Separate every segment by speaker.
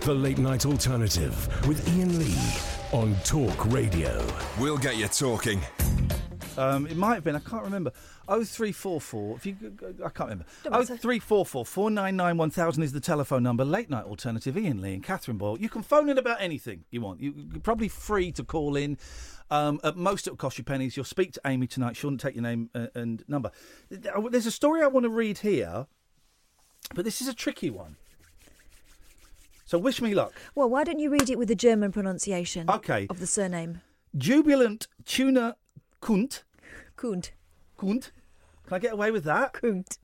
Speaker 1: The Late Night Alternative with Ian Lee on Talk Radio.
Speaker 2: We'll get you talking.
Speaker 3: Um, it might have been. I can't remember. Oh three four four. If you, g- g- I can't remember.
Speaker 4: Don't
Speaker 3: Oh
Speaker 4: matter.
Speaker 3: three four four four nine nine one thousand is the telephone number. Late night alternative. Ian Lee and Catherine Boyle. You can phone in about anything you want. You, you're probably free to call in. Um, at most, it'll cost you pennies. You'll speak to Amy tonight. She'll take your name uh, and number. oh, There's a story I want to read here, but this is a tricky one. So wish me luck.
Speaker 4: Well, why don't you read it with the German pronunciation
Speaker 3: Okay.
Speaker 4: of the surname?
Speaker 3: Jubilant tuna kunt
Speaker 4: Kund.
Speaker 3: kunt. Can I get away with that?
Speaker 4: Kund.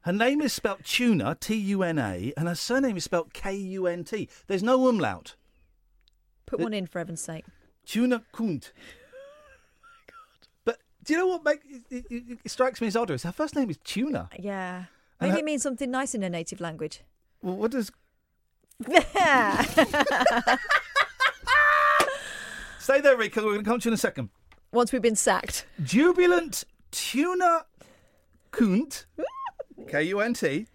Speaker 3: Her name is spelt Tuna, T U N A, and her surname is spelt K U N T. There's no umlaut.
Speaker 4: Put
Speaker 3: Uh,
Speaker 4: one in for heaven's sake.
Speaker 3: Tuna Kunt. But do you know what make, it, it, it strikes me as odd? Is her first name is Tuna.
Speaker 4: Yeah.
Speaker 3: And
Speaker 4: Maybe
Speaker 3: her-
Speaker 4: it means something nice in her native language.
Speaker 3: Well, what does. Stay there, Rico. We're going to come to you in a second.
Speaker 4: Once we've been sacked.
Speaker 3: Jubilant Tuna Kunt, K U N T,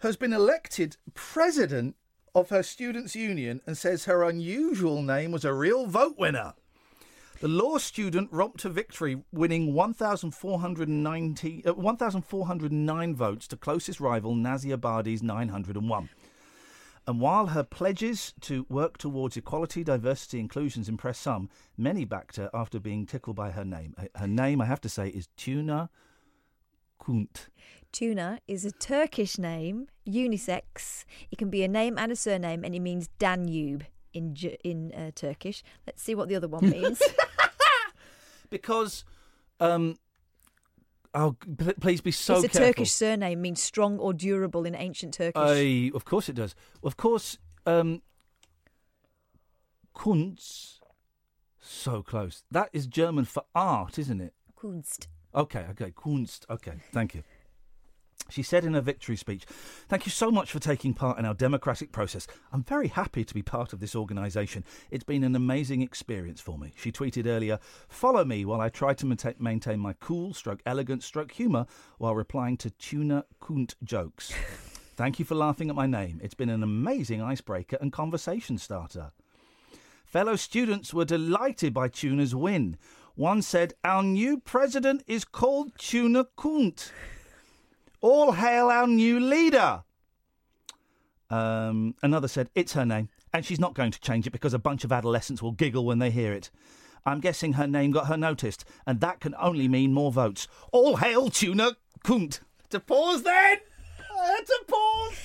Speaker 3: has been elected president of her students' union and says her unusual name was a real vote winner. The law student romped to victory, winning 1,490 uh, 1,409 votes to closest rival Nazia Badi's 901. And while her pledges to work towards equality, diversity, inclusions impressed some, many backed her after being tickled by her name. Her- Her name, I have to say, is Tuna Kunt.
Speaker 4: Tuna is a Turkish name, unisex. It can be a name and a surname, and it means Danube in Ge- in uh, Turkish. Let's see what the other one means.
Speaker 3: Because, um, oh, pl- please be so
Speaker 4: it's a
Speaker 3: careful.
Speaker 4: Turkish surname, means strong or durable in ancient Turkish.
Speaker 3: Aye, of course it does. Of course, um, Kunst, so close. That is German for art, isn't it?
Speaker 4: Kunst.
Speaker 3: Okay, okay, Kunst. Okay, thank you. She said in her victory speech, Thank you so much for taking part in our democratic process. I'm very happy to be part of this organisation. It's been an amazing experience for me. She tweeted earlier, Follow me while I try to mainta- maintain my cool, stroke elegance, stroke humour while replying to tuna kunt jokes. Thank you for laughing at my name. It's been an amazing icebreaker and conversation starter. Fellow students were delighted by Tuna's win. One said, Our new president is called Tuna Kunt. All hail our new leader. Um, another said, It's her name, and she's not going to change it because a bunch of adolescents will giggle when they hear it. I'm guessing her name got her noticed, and that can only mean more votes. All hail Tuna Kunt. To pause then! I had to pause!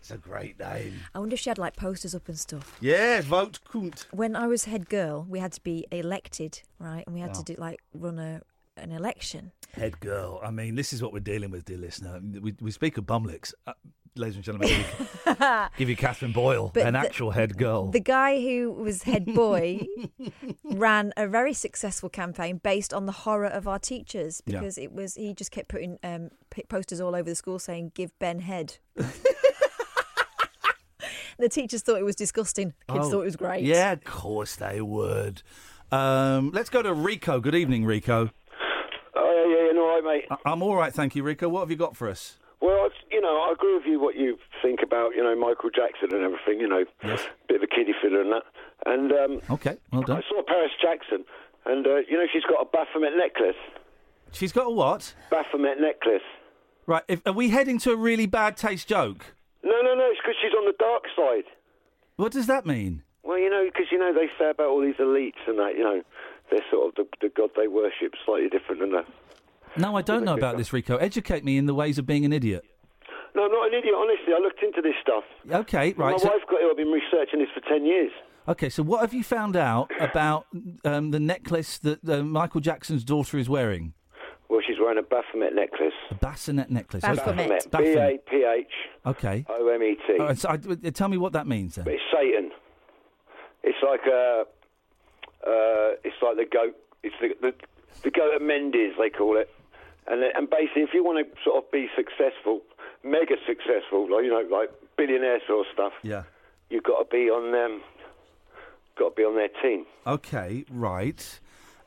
Speaker 3: It's a great name.
Speaker 4: I wonder if she had like posters up and stuff.
Speaker 3: Yeah, vote Kunt.
Speaker 4: When I was head girl, we had to be elected, right? And we had
Speaker 3: Wow.
Speaker 4: to do like run a an election.
Speaker 3: Head girl. I mean, this is what we're dealing with, dear listener. We, we speak of bum licks. Uh, ladies and gentlemen, give you, give you Catherine Boyle,
Speaker 4: But
Speaker 3: an
Speaker 4: the-
Speaker 3: actual head girl.
Speaker 4: The guy who was head boy ran a very successful campaign based on the horror of our teachers
Speaker 3: Yeah.
Speaker 4: because it was he just kept putting um, p- posters all over the school saying "Give Ben head." the teachers thought it was disgusting. The kids
Speaker 3: Oh,
Speaker 4: thought it was great.
Speaker 3: Yeah, of course they would. Um, let's go to Rico. Good evening, Rico.
Speaker 5: Oh yeah, yeah, yeah, no, all right, mate.
Speaker 3: I- I'm all right, thank you, Rico. What have you got for us?
Speaker 5: Well, it's- you know, I agree with you what you think about, you know, Michael Jackson and everything. You know,
Speaker 3: Yes.
Speaker 5: bit of a kiddie fiddler and that. And um,
Speaker 3: Okay, well
Speaker 5: I
Speaker 3: done.
Speaker 5: saw Paris Jackson, and uh, you know, she's got a Baphomet necklace.
Speaker 3: She's got a what?
Speaker 5: Baphomet necklace.
Speaker 3: Right, if, are we heading to a really bad taste joke?
Speaker 5: No, no, no. It's because she's on the dark side.
Speaker 3: What does that mean?
Speaker 5: Well, you know, because you know they say about all these elites and that, you know, they're sort of the, the god they worship slightly different than the.
Speaker 3: No, I don't know about this, Rico. Educate me in the ways of being an idiot.
Speaker 5: No, I'm not an idiot. Honestly, I looked into this stuff.
Speaker 3: Okay, right.
Speaker 5: My
Speaker 3: So,
Speaker 5: wife got ill. I've been researching this for ten years.
Speaker 3: okay, so what have you found out about um, the necklace that uh, Michael Jackson's daughter is wearing?
Speaker 5: Well, she's wearing a Baphomet necklace.
Speaker 3: A bassinet necklace.
Speaker 4: Baphomet.
Speaker 3: Okay.
Speaker 5: B A P H
Speaker 3: Okay.
Speaker 5: O M E T.
Speaker 3: All right, so I, uh, tell me what that means then.
Speaker 5: But it's Satan. It's like a. Uh, it's like the goat. It's the the, the goat of Mendes they call it. And it- and basically, if you want to sort of be successful, mega successful, like you know, like billionaire sort of stuff,
Speaker 3: Yeah.
Speaker 5: you've got to be on them. Got to be on their team.
Speaker 3: Okay, right.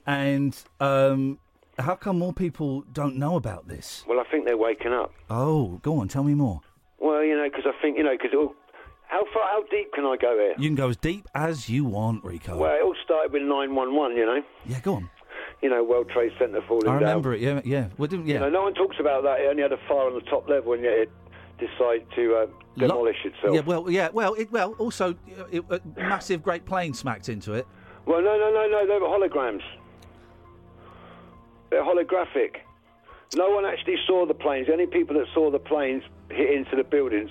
Speaker 3: And um, how come more people don't know about this?
Speaker 5: Well, I think they're waking up.
Speaker 3: Oh, go on, tell me more.
Speaker 5: Well, you know, because I think you know, because how far, how deep can I go here?
Speaker 3: You can go as deep as you want, Rico.
Speaker 5: Well, it all started with 911, you know.
Speaker 3: yeah, go on.
Speaker 5: You know, World Trade Center falling
Speaker 3: I
Speaker 5: down.
Speaker 3: remember it. Yeah, yeah. Well, didn't, yeah.
Speaker 5: You know, no one talks about that. It only had a fire on the top level, and yet it decided to uh,
Speaker 3: Lo-
Speaker 5: demolish itself.
Speaker 3: Yeah, well, yeah, well, it, well. Also, uh, it, a massive great plane smacked into it.
Speaker 5: well, no, no, no, no. They were holograms. They're holographic. No one actually saw the planes. The only people that saw the planes hit into the buildings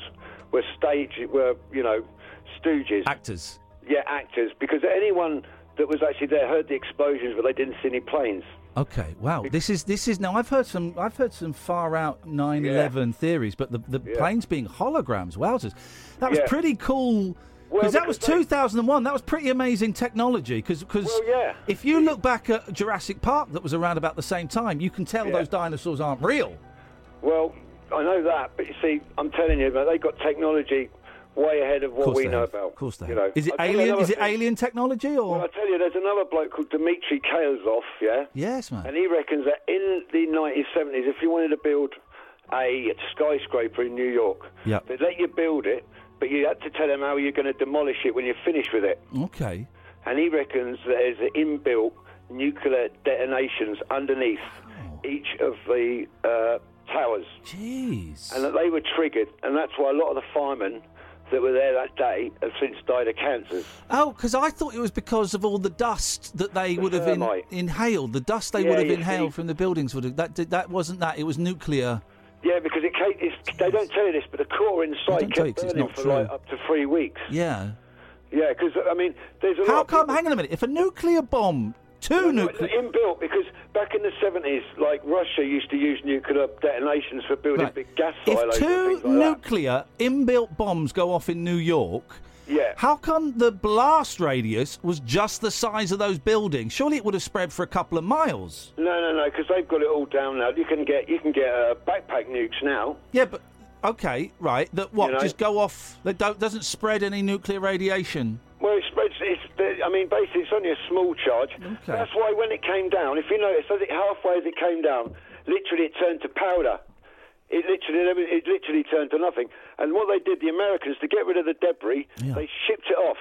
Speaker 5: were stage, were you know, stooges.
Speaker 3: Actors.
Speaker 5: yeah, actors. Because anyone that was actually there heard the explosions, but they didn't see any planes.
Speaker 3: Okay, wow. This is this is now. I've heard some. I've heard some far out 9/11 theories, but the the
Speaker 5: Yeah.
Speaker 3: planes being holograms. Wowzers, that was
Speaker 5: Yeah.
Speaker 3: pretty cool.
Speaker 5: Well,
Speaker 3: because that was
Speaker 5: because they-
Speaker 3: 2001. That was pretty amazing technology. Because
Speaker 5: Well, yeah.
Speaker 3: if you look back at Jurassic Park, that was around about the same time, you can tell
Speaker 5: Yeah.
Speaker 3: those dinosaurs aren't real.
Speaker 5: Well, I know that, but you see, I'm telling you, mate, they've got technology way ahead of
Speaker 3: Of
Speaker 5: what we
Speaker 3: they
Speaker 5: know
Speaker 3: have.
Speaker 5: about.
Speaker 3: Of course they.
Speaker 5: you
Speaker 3: have.
Speaker 5: know.
Speaker 3: Is it
Speaker 5: I'll tell you
Speaker 3: alien?
Speaker 5: another
Speaker 3: Is it
Speaker 5: thing.
Speaker 3: alien technology or?
Speaker 5: Well, I tell you, there's another bloke called Dmitry Kailzov, yeah,
Speaker 3: yes, man.
Speaker 5: and he reckons that in the 1970s, if you wanted to build a skyscraper in New York,
Speaker 3: Yep.
Speaker 5: they'd let you build it, but you had to tell them how you're going to demolish it when you're finished with it.
Speaker 3: okay.
Speaker 5: And he reckons there's inbuilt nuclear detonations underneath
Speaker 3: Oh.
Speaker 5: each of the uh, towers.
Speaker 3: Jeez.
Speaker 5: and that they were triggered, and that's why a lot of the firemen that were there that day have since died of cancers.
Speaker 3: Oh, because I thought it was because of all the dust that they
Speaker 5: The
Speaker 3: would have in,
Speaker 5: thermite.
Speaker 3: inhaled. The dust they
Speaker 5: Yeah,
Speaker 3: would have
Speaker 5: you
Speaker 3: inhaled
Speaker 5: see.
Speaker 3: from the buildings would have. That did- that wasn't that. It was nuclear.
Speaker 5: Yeah, because it ca- it's, they don't tell you this, but the core
Speaker 3: don't
Speaker 5: inside
Speaker 3: tell you
Speaker 5: kept
Speaker 3: 'cause it's
Speaker 5: burning
Speaker 3: not
Speaker 5: for
Speaker 3: true.
Speaker 5: like up to three weeks.
Speaker 3: Yeah.
Speaker 5: Yeah, because I mean, there's a lot.
Speaker 3: How
Speaker 5: of
Speaker 3: come?
Speaker 5: people-
Speaker 3: Hang on a minute. If a nuclear bomb, two
Speaker 5: No,
Speaker 3: nuclear.
Speaker 5: Inbuilt because back in the 70s, like Russia used to use nuclear detonations for building
Speaker 3: Right.
Speaker 5: big gas silos.
Speaker 3: If two
Speaker 5: and things like that.
Speaker 3: nuclear inbuilt bombs go off in New York,
Speaker 5: Yeah.
Speaker 3: how come the blast radius was just the size of those buildings? Surely it would have spread for a couple of miles.
Speaker 5: No, no, no, because they've got it all down now. You can get you can get uh, backpack nukes now.
Speaker 3: Yeah, but okay, right. That what?
Speaker 5: You know-
Speaker 3: Just go off. That don't, doesn't spread any nuclear radiation.
Speaker 5: Well, it spreads. It's, I mean, basically, it's only a small charge.
Speaker 3: Okay.
Speaker 5: That's why when it came down, if you notice, as it halfway as it came down, literally it turned to powder. It literally, it literally turned to nothing. And what they did, the Americans, to get rid of the debris,
Speaker 3: Yeah.
Speaker 5: they shipped it off,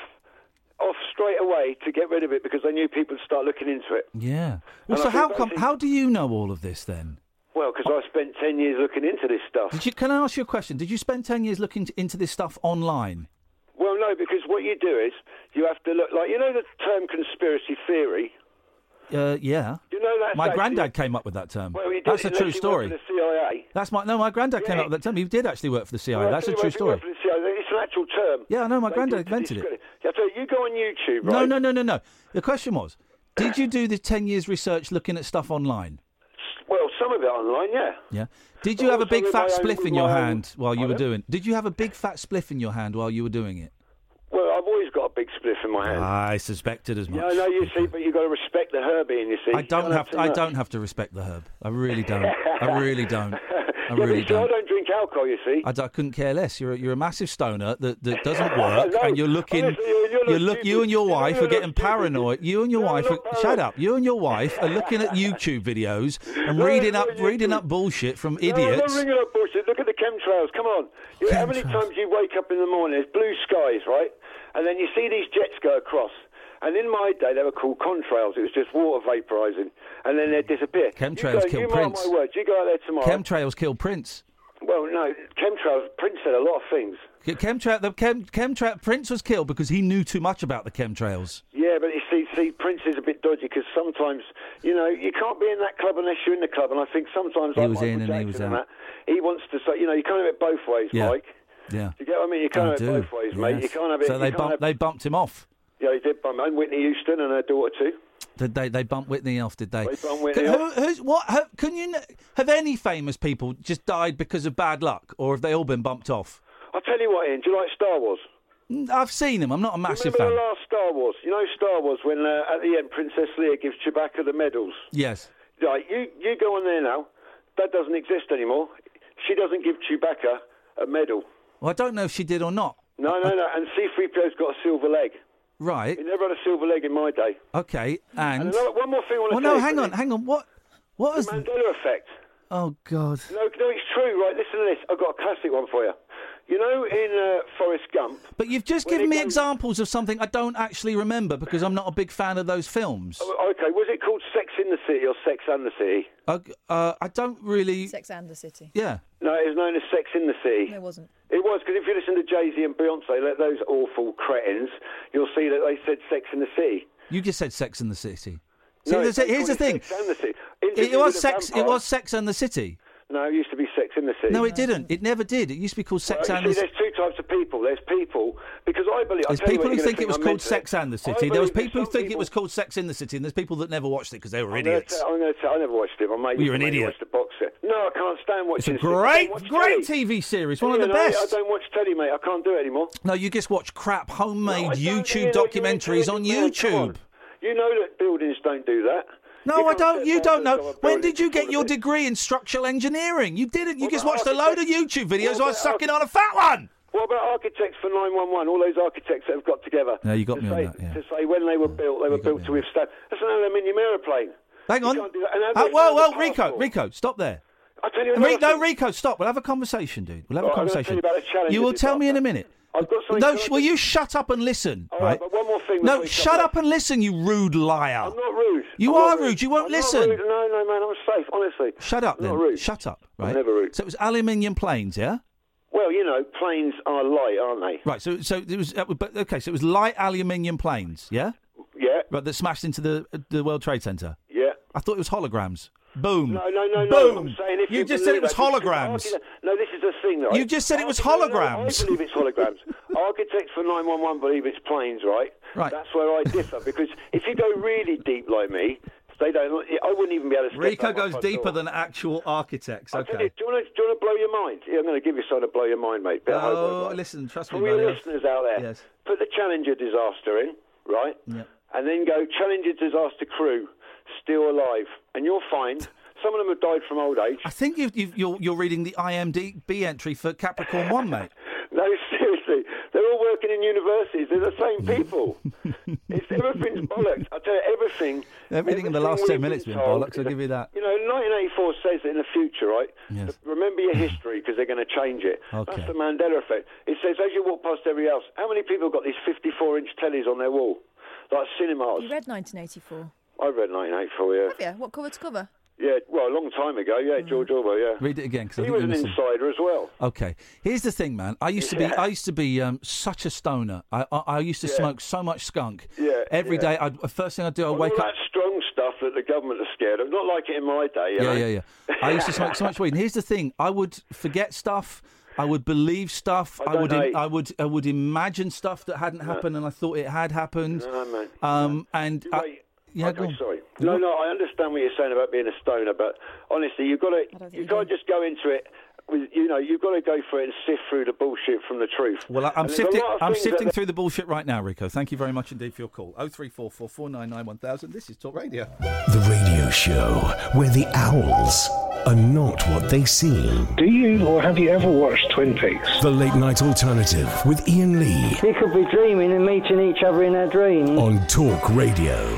Speaker 5: off straight away to get rid of it because they knew people would start looking into it.
Speaker 3: Yeah. Well,
Speaker 5: And I
Speaker 3: so
Speaker 5: think
Speaker 3: how
Speaker 5: those
Speaker 3: come?
Speaker 5: things-
Speaker 3: How do you know all of this then?
Speaker 5: Well, because I spent ten years looking into this stuff.
Speaker 3: Did you? Can I ask you a question? Did you spend ten years looking t- into this stuff online?
Speaker 5: Well, no, because what you do is you have to look like you know the term conspiracy theory.
Speaker 3: Uh, yeah.
Speaker 5: You know that's
Speaker 3: my
Speaker 5: actually-
Speaker 3: granddad came up with that term.
Speaker 5: Well, he did
Speaker 3: That's
Speaker 5: it
Speaker 3: a true
Speaker 5: unless he worked
Speaker 3: story.
Speaker 5: For the CIA.
Speaker 3: That's my no. My granddad came
Speaker 5: Yeah.
Speaker 3: up with that term. He did actually work for the CIA.
Speaker 5: Well, I
Speaker 3: That's
Speaker 5: tell
Speaker 3: a
Speaker 5: you
Speaker 3: true
Speaker 5: what, if you
Speaker 3: story.
Speaker 5: work for the CIA, It's an actual term.
Speaker 3: Yeah, I know, my
Speaker 5: They
Speaker 3: granddad
Speaker 5: do to
Speaker 3: invented it.
Speaker 5: discredit- Yeah, I tell you, you go on YouTube, right?
Speaker 3: No, no, no, no, no. The question was, did you do the ten years research looking at stuff online?
Speaker 5: S- Well, some of it online, yeah.
Speaker 3: Yeah. Did you
Speaker 5: Well,
Speaker 3: have a
Speaker 5: also
Speaker 3: big
Speaker 5: with
Speaker 3: fat
Speaker 5: my own-
Speaker 3: spliff in
Speaker 5: with
Speaker 3: your
Speaker 5: my own-
Speaker 3: hand while you were
Speaker 5: Pardon?
Speaker 3: doing? Did you have a big fat spliff in your hand while you were doing it?
Speaker 5: Well, I've always got a big spliff in my hand.
Speaker 3: I suspected Ah, as much.
Speaker 5: yeah, I know you see, but you've got to respect the Herbie, and you see.
Speaker 3: I don't
Speaker 5: Can't
Speaker 3: have.
Speaker 5: too
Speaker 3: To, I
Speaker 5: much.
Speaker 3: don't have to respect the herb. I really don't. I really don't. I
Speaker 5: yeah,
Speaker 3: really
Speaker 5: but see, I
Speaker 3: don't.
Speaker 5: don't drink alcohol, you see.
Speaker 3: I, d- I couldn't care less. You're a, you're a massive stoner that, that doesn't work,
Speaker 5: No,
Speaker 3: and you're looking.
Speaker 5: honestly, you- you
Speaker 3: you
Speaker 5: look
Speaker 3: look. You
Speaker 5: stupid.
Speaker 3: and your
Speaker 5: You
Speaker 3: wife
Speaker 5: look
Speaker 3: are getting
Speaker 5: stupid.
Speaker 3: paranoid. You and your
Speaker 5: No, I'm
Speaker 3: wife. Are,
Speaker 5: not
Speaker 3: shut
Speaker 5: paranoid.
Speaker 3: up. You and your wife are looking at YouTube videos and
Speaker 5: No,
Speaker 3: reading
Speaker 5: no,
Speaker 3: up
Speaker 5: you-
Speaker 3: reading up bullshit from
Speaker 5: No,
Speaker 3: idiots.
Speaker 5: I'm not ringing up bullshit. Look at the chemtrails. Come on. You, how many
Speaker 3: Chemtrails.
Speaker 5: times you wake up in the morning, it's blue skies, right? And then you see these jets go across. And in my day, they were called contrails. It was just water vaporising. And then they'd disappear.
Speaker 3: Chemtrails
Speaker 5: you go,
Speaker 3: kill
Speaker 5: you
Speaker 3: Prince.
Speaker 5: Mark my words. You go out there tomorrow.
Speaker 3: Chemtrails kill Prince.
Speaker 5: Well, no, chemtrails. Prince said a lot of things.
Speaker 3: Che- Chemtrail, the chem, chemtrail, Prince was killed because he knew too much about the chemtrails.
Speaker 5: Yeah, but you see, see, Prince is a bit dodgy because sometimes, you know, you can't be in that club unless you're in the club. And I think sometimes
Speaker 3: He
Speaker 5: like
Speaker 3: was
Speaker 5: Michael
Speaker 3: in and he
Speaker 5: Jackson
Speaker 3: was out.
Speaker 5: That, he wants to say, you know, you can't have it both ways,
Speaker 3: Yeah.
Speaker 5: Mike.
Speaker 3: Yeah.
Speaker 5: You get what I mean? You can't
Speaker 3: I
Speaker 5: have
Speaker 3: do.
Speaker 5: it both ways, mate. You
Speaker 3: yes.
Speaker 5: can't have it.
Speaker 3: So they
Speaker 5: you can't
Speaker 3: bumped,
Speaker 5: have-
Speaker 3: they bumped him off.
Speaker 5: Yeah, he did bump. And Whitney Houston and her daughter too.
Speaker 3: Did they? They bumped Whitney off, did they?
Speaker 5: They bumped Whitney
Speaker 3: Can- who-
Speaker 5: off.
Speaker 3: who's, what? Have, can you kn- have any famous people just died because of bad luck, or have they all been bumped off?
Speaker 5: I'll tell you what, Ian. Do you like Star Wars?
Speaker 3: Mm, I've seen them. I'm not a massive fan.
Speaker 5: Remember the last Star Wars? You know Star Wars when uh, at the end Princess Leia gives Chewbacca the medals.
Speaker 3: Yes.
Speaker 5: Right, you you go on there now. That doesn't exist anymore. She doesn't give Chewbacca a medal.
Speaker 3: Well, I don't know if she did or not.
Speaker 5: No, no, no. And C-3PO's got a silver leg.
Speaker 3: Right.
Speaker 5: He never had a silver leg in my day.
Speaker 3: Okay. And.
Speaker 5: And another, one more thing I want to
Speaker 3: well, no.
Speaker 5: tell you,
Speaker 3: Hang on.
Speaker 5: Billy.
Speaker 3: Hang on. What? What is?
Speaker 5: Mandela effect.
Speaker 3: Oh God.
Speaker 5: No, no, it's true, right? Listen to this. I've got a classic one for you. You know, in uh, Forrest Gump.
Speaker 3: But you've just
Speaker 5: When
Speaker 3: given
Speaker 5: it
Speaker 3: me
Speaker 5: goes-
Speaker 3: examples of something I don't actually remember because I'm not a big fan of those
Speaker 5: Oh,
Speaker 3: films.
Speaker 5: Okay, was it called Sex in the City or Sex and the City?
Speaker 3: I, uh, I don't really.
Speaker 4: Sex and the City.
Speaker 3: Yeah.
Speaker 5: No, it was known as Sex in the City.
Speaker 4: No, it wasn't.
Speaker 5: It was because if you listen to Jay Z and Beyonce, like those awful cretins, you'll see that they said Sex in the City.
Speaker 3: You just said Sex and the City. See,
Speaker 5: No,
Speaker 3: there's-
Speaker 5: they
Speaker 3: here's the
Speaker 5: called
Speaker 3: thing.
Speaker 5: it Sex and the City.
Speaker 3: It,
Speaker 5: Interview with
Speaker 3: was
Speaker 5: a
Speaker 3: sex. It
Speaker 5: Vampire.
Speaker 3: was Sex and the City.
Speaker 5: No, it used to be Sex in the City.
Speaker 3: No, it didn't. It never did. It used to be called Sex
Speaker 5: Well,
Speaker 3: and
Speaker 5: you
Speaker 3: the
Speaker 5: see,
Speaker 3: City.
Speaker 5: there's two types of people. There's people because I believe. I'll
Speaker 3: There's
Speaker 5: tell you
Speaker 3: people
Speaker 5: what,
Speaker 3: who
Speaker 5: you're
Speaker 3: think
Speaker 5: gonna
Speaker 3: it was
Speaker 5: I'm
Speaker 3: called
Speaker 5: into
Speaker 3: Sex and the
Speaker 5: I
Speaker 3: City. There was
Speaker 5: believe there's
Speaker 3: people who
Speaker 5: some
Speaker 3: think it
Speaker 5: people-
Speaker 3: was called Sex in the City, and there's people that never watched it because they were
Speaker 5: I'm gonna
Speaker 3: idiots.
Speaker 5: tell- I'm going to tell. I never watched it. My mate.
Speaker 3: Well, you're an
Speaker 5: my mate
Speaker 3: idiot.
Speaker 5: Watched the box set. No, I can't stand
Speaker 3: It's a
Speaker 5: watching. this. I
Speaker 3: great,
Speaker 5: don't watch
Speaker 3: great
Speaker 5: telly.
Speaker 3: TV series. One of
Speaker 5: You
Speaker 3: the
Speaker 5: know, I-
Speaker 3: best.
Speaker 5: I don't watch telly, mate. I can't do it anymore.
Speaker 3: No, you just watch crap
Speaker 5: No,
Speaker 3: homemade
Speaker 5: I don't,
Speaker 3: YouTube
Speaker 5: Ian, like, you're an
Speaker 3: documentaries on
Speaker 5: intelligent man, come on.
Speaker 3: YouTube.
Speaker 5: You know that buildings don't do that.
Speaker 3: No, I
Speaker 5: can't
Speaker 3: don't.
Speaker 5: sit
Speaker 3: You
Speaker 5: down
Speaker 3: don't
Speaker 5: and go
Speaker 3: know.
Speaker 5: on
Speaker 3: When
Speaker 5: buildings
Speaker 3: did you
Speaker 5: and
Speaker 3: get
Speaker 5: talk
Speaker 3: your
Speaker 5: about it.
Speaker 3: degree in structural engineering? You didn't. You
Speaker 5: Well,
Speaker 3: just
Speaker 5: but
Speaker 3: watched a load of
Speaker 5: architect-
Speaker 3: YouTube videos
Speaker 5: Well,
Speaker 3: while
Speaker 5: but
Speaker 3: sucking
Speaker 5: arch-
Speaker 3: on a fat one.
Speaker 5: What about architects for 911? All those architects that have got together.
Speaker 3: No, you got
Speaker 5: to
Speaker 3: me on
Speaker 5: say,
Speaker 3: that, yeah.
Speaker 5: To say when they were built, they were
Speaker 3: got me
Speaker 5: built to
Speaker 3: on that.
Speaker 5: withstand. That's an aluminium aeroplane.
Speaker 3: Hang
Speaker 5: You
Speaker 3: on.
Speaker 5: can't do that. And how do
Speaker 3: Oh,
Speaker 5: they
Speaker 3: whoa,
Speaker 5: find the
Speaker 3: whoa, Rico,
Speaker 5: passport?
Speaker 3: Rico, stop there.
Speaker 5: I'll tell you
Speaker 3: Re-
Speaker 5: another
Speaker 3: no,
Speaker 5: thing.
Speaker 3: Rico, stop. We'll have a conversation, dude. We'll have
Speaker 5: Right,
Speaker 3: a
Speaker 5: I'm gonna
Speaker 3: conversation.
Speaker 5: tell you about a challenge
Speaker 3: you
Speaker 5: that
Speaker 3: will
Speaker 5: is
Speaker 3: tell me in a
Speaker 5: after.
Speaker 3: minute.
Speaker 5: I've got something
Speaker 3: no,
Speaker 5: to
Speaker 3: sh-
Speaker 5: add.
Speaker 3: will you shut up and listen?
Speaker 5: All
Speaker 3: right?
Speaker 5: right, but one more thing
Speaker 3: No,
Speaker 5: before you
Speaker 3: shut
Speaker 5: come
Speaker 3: up and listen, you rude liar.
Speaker 5: I'm not rude.
Speaker 3: You
Speaker 5: I'm
Speaker 3: are
Speaker 5: not
Speaker 3: rude. You won't
Speaker 5: I'm
Speaker 3: listen.
Speaker 5: Not rude. No, no, man. I'm safe. Honestly.
Speaker 3: Shut up,
Speaker 5: I'm
Speaker 3: then.
Speaker 5: Not rude.
Speaker 3: Shut up.
Speaker 5: I'm
Speaker 3: Right.
Speaker 5: never rude.
Speaker 3: So it was aluminium planes, yeah.
Speaker 5: Well, you know, planes are light, aren't they?
Speaker 3: Right. So, so it was. uh, But okay. So it was light aluminium planes, yeah.
Speaker 5: Yeah.
Speaker 3: Right. That smashed into the uh, the World Trade Center.
Speaker 5: Yeah.
Speaker 3: I thought it was holograms. Boom.
Speaker 5: No, no, no,
Speaker 3: Boom.
Speaker 5: no. I'm saying if
Speaker 3: you,
Speaker 5: you
Speaker 3: just said it was
Speaker 5: believe that, just-
Speaker 3: holograms.
Speaker 5: archi- No, this is the thing, right?
Speaker 3: You just said it was
Speaker 5: Archi- no, no,
Speaker 3: holograms.
Speaker 5: I believe it's holograms. Architects for 911 believe it's planes, right?
Speaker 3: Right.
Speaker 5: That's where I differ because if you go really deep like me, they don't. I wouldn't even be able to. step
Speaker 3: Rico
Speaker 5: out my
Speaker 3: goes
Speaker 5: front
Speaker 3: deeper
Speaker 5: door.
Speaker 3: than actual architects.
Speaker 5: I'll tell you,
Speaker 3: Okay.
Speaker 5: do you want to do you want to blow your mind? Yeah, I'm going to give you something to blow your mind, mate. Bit of homework,
Speaker 3: Oh,
Speaker 5: right?
Speaker 3: listen. Trust me,
Speaker 5: For your
Speaker 3: buddy.
Speaker 5: listeners out there,
Speaker 3: Yes.
Speaker 5: put the Challenger disaster in, right?
Speaker 3: Yep.
Speaker 5: And then go Challenger disaster crew still alive, and you'll find some of them have died from old age.
Speaker 3: I think you've, you've, you're you're reading the IMDb entry for Capricorn One, mate.
Speaker 5: No, seriously, they're all working in universities. They're the same people. it's everything's bollocks. I tell you, everything.
Speaker 3: Everything in the last 10 minutes
Speaker 5: we've
Speaker 3: been
Speaker 5: told
Speaker 3: bollocks, I'll
Speaker 5: is
Speaker 3: give you that.
Speaker 5: You know, 1984 says that in the future, right?
Speaker 3: Yes.
Speaker 5: Remember your history because they're going to change it.
Speaker 3: Okay.
Speaker 5: That's the Mandela effect. It says as you walk past every house, how many people got these 54-inch tellies on their wall, like cinemas?
Speaker 4: You read 1984.
Speaker 5: I read 1984, yeah,
Speaker 4: Have you? Mm. What cover to cover?
Speaker 5: yeah. Well, a long time ago, yeah. George Orwell, yeah.
Speaker 3: Read it again because I
Speaker 5: He
Speaker 3: think
Speaker 5: was
Speaker 3: you're
Speaker 5: an
Speaker 3: missing.
Speaker 5: insider as well.
Speaker 3: Okay, here's the thing, man. I used to be, I used to be um, such a stoner. I, I, I used to smoke so much skunk.
Speaker 5: Yeah,
Speaker 3: Every
Speaker 5: yeah.
Speaker 3: day, I'd, first thing I would do, I
Speaker 5: All
Speaker 3: Oh, wake up.
Speaker 5: that strong stuff that the government are scared of. Not like it in my day. You
Speaker 3: Yeah,
Speaker 5: know?
Speaker 3: yeah, yeah. I used to smoke so much weed. And here's the thing: I would forget stuff. I would believe stuff.
Speaker 5: I
Speaker 3: I, would.
Speaker 5: don't
Speaker 3: im-
Speaker 5: know.
Speaker 3: I would. I would imagine stuff that hadn't happened, and I thought it had happened.
Speaker 5: No, man.
Speaker 3: Um, and I-
Speaker 5: Wait,
Speaker 3: yeah,
Speaker 5: okay,
Speaker 3: go on.
Speaker 5: sorry. No, no, I understand what you're saying about being a stoner, but honestly, you've got to,
Speaker 4: don't think
Speaker 5: you
Speaker 4: you
Speaker 5: can't
Speaker 4: do.
Speaker 5: just go into it. With, you know, you've got to go for it and sift through the bullshit from the truth.
Speaker 3: Well, I- I'm
Speaker 5: And there's a
Speaker 3: sifting.
Speaker 5: lot of
Speaker 3: I'm
Speaker 5: things that
Speaker 3: sifting through the bullshit right now, Rico. Thank you very much indeed for your call. Oh three four four four nine nine one thousand. This is Talk Radio.
Speaker 1: The radio show where the owls are not what they seem.
Speaker 2: Do you or have you ever watched Twin Peaks?
Speaker 1: The Late Night Alternative with Ian Lee
Speaker 6: They could be dreaming and meeting each other in their dreams.
Speaker 3: Oh.
Speaker 1: on Talk Radio.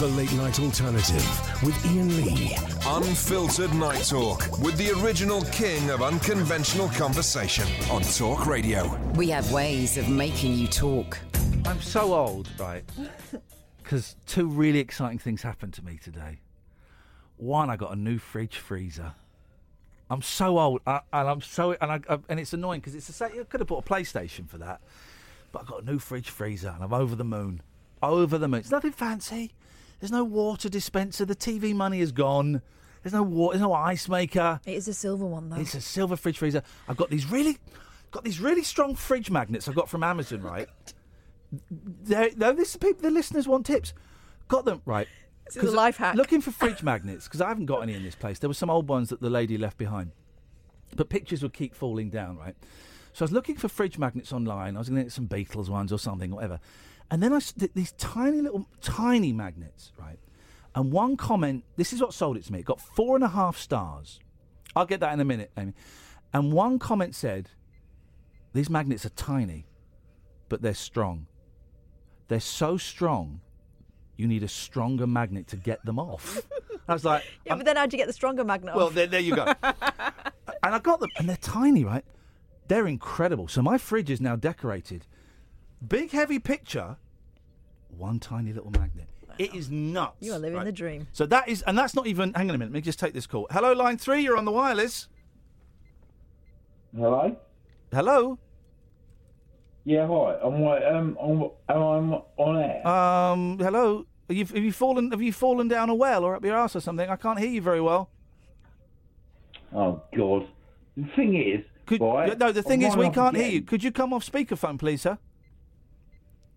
Speaker 1: The Late Night Alternative with Ian Lee.
Speaker 7: Unfiltered Night Talk with the original king of unconventional conversation on Talk Radio.
Speaker 8: We have ways of making you talk.
Speaker 3: I'm so old, right? Because two really exciting things happened to me today. One, I got a new fridge freezer. I'm so old, I, and I'm so, and I, I- and it's annoying because it's the same. I could have bought a PlayStation for that, but I got a new fridge freezer, and I'm over the moon, over the moon. It's nothing fancy. There's no water dispenser. The TV money is gone. There's no water. There's no ice maker.
Speaker 4: It is a silver one though.
Speaker 3: It's a silver fridge freezer. I've got these really, got these really strong fridge magnets I got from Amazon. Right? They're- No, this people, the listeners want tips. Got them right.
Speaker 4: This is a life hack.
Speaker 3: Looking for fridge magnets because I haven't got any in this place. There were some old ones that the lady left behind, but pictures would keep falling down. Right. So I was looking for fridge magnets online. I was going to get some Beatles ones or something, whatever. And then I s- th- these tiny little tiny magnets, right? And one comment. This is what sold it to me. It got four and a half stars. I'll get that in a minute, Amy. And one comment said, "These magnets are tiny, but they're strong. They're so strong, you need a stronger magnet to get them off." I was like,
Speaker 4: Yeah, but then how'd you get the stronger magnet
Speaker 3: well,
Speaker 4: off?
Speaker 3: there, there you go. and I got them, and they're tiny, right? They're incredible. So my fridge is now decorated. Big, heavy picture, one tiny little magnet. It is nuts.
Speaker 4: You are living
Speaker 3: Right.
Speaker 4: the dream.
Speaker 3: So that is, and that's not even. Hang on a minute. Let me just take this call. Hello, line three. You're on the wireless.
Speaker 9: Hello.
Speaker 3: Hello.
Speaker 9: Yeah, hi. I'm wa- um, I'm, I'm on air.
Speaker 3: Um, hello. Are you, have you fallen? Have you fallen down a well or up your ass or something? I can't hear you very well.
Speaker 9: Oh God. The thing is,
Speaker 3: Could,
Speaker 9: right,
Speaker 3: No, the thing
Speaker 9: I'm
Speaker 3: is, we
Speaker 9: on
Speaker 3: can't
Speaker 9: again.
Speaker 3: hear you. Could you come off speakerphone, please, sir?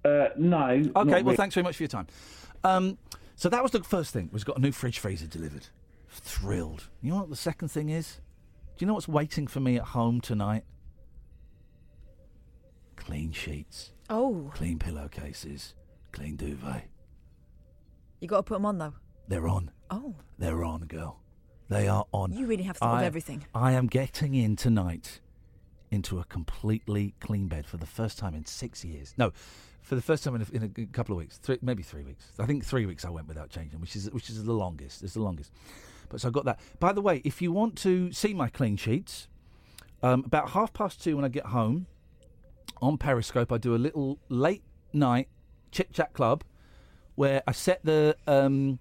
Speaker 9: Uh, no. Okay.
Speaker 3: Okay, well, thanks very much for your time. Um, so that was the first thing. Was got a new fridge freezer delivered. Thrilled. You know what the second thing is? Do you know what's waiting for me at home tonight? Clean sheets.
Speaker 4: Oh.
Speaker 3: Clean pillowcases. Clean duvet.
Speaker 4: You got to put them on though.
Speaker 3: They're on.
Speaker 4: Oh.
Speaker 3: They're on, girl. They are on.
Speaker 4: You really have thought of
Speaker 3: I-
Speaker 4: everything.
Speaker 3: I am getting in tonight into a completely clean bed for the first time in six years. No, for the first time in a, in a g- couple of weeks, three, maybe three weeks. I think three weeks I went without changing, which is which is the longest. It's the longest. But so I got that. By the way, if you want to see my clean sheets, um, about half past two when I get home on Periscope, I do a little late night chit chat club where I set the um,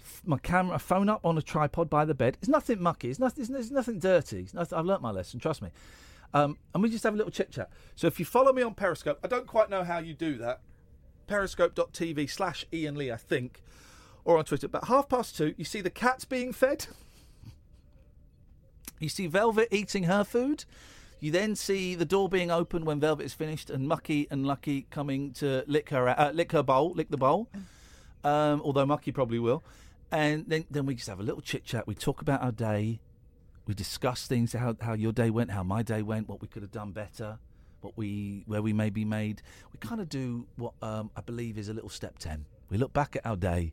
Speaker 3: f- my camera phone up on a tripod by the bed. It's nothing mucky. It's nothing. It's, it's nothing dirty. It's nothing, I've learnt my lesson. Trust me. Um, and we just have a little chit chat. So if you follow me on Periscope, I don't quite know how you do that. Periscope.tv slash Ian Lee, I think, or on Twitter. But half past two, you see the cats being fed. You see Velvet eating her food. You then see the door being opened when Velvet is finished, and Mucky and Lucky coming to lick her uh, lick her bowl, lick the bowl. Um, although Mucky probably will. And then then we just have a little chit chat. We talk about our day. We discuss things how how your day went, how my day went, what we could have done better, what we where we may be made. We kind of do what um, I believe is a little step ten. We look back at our day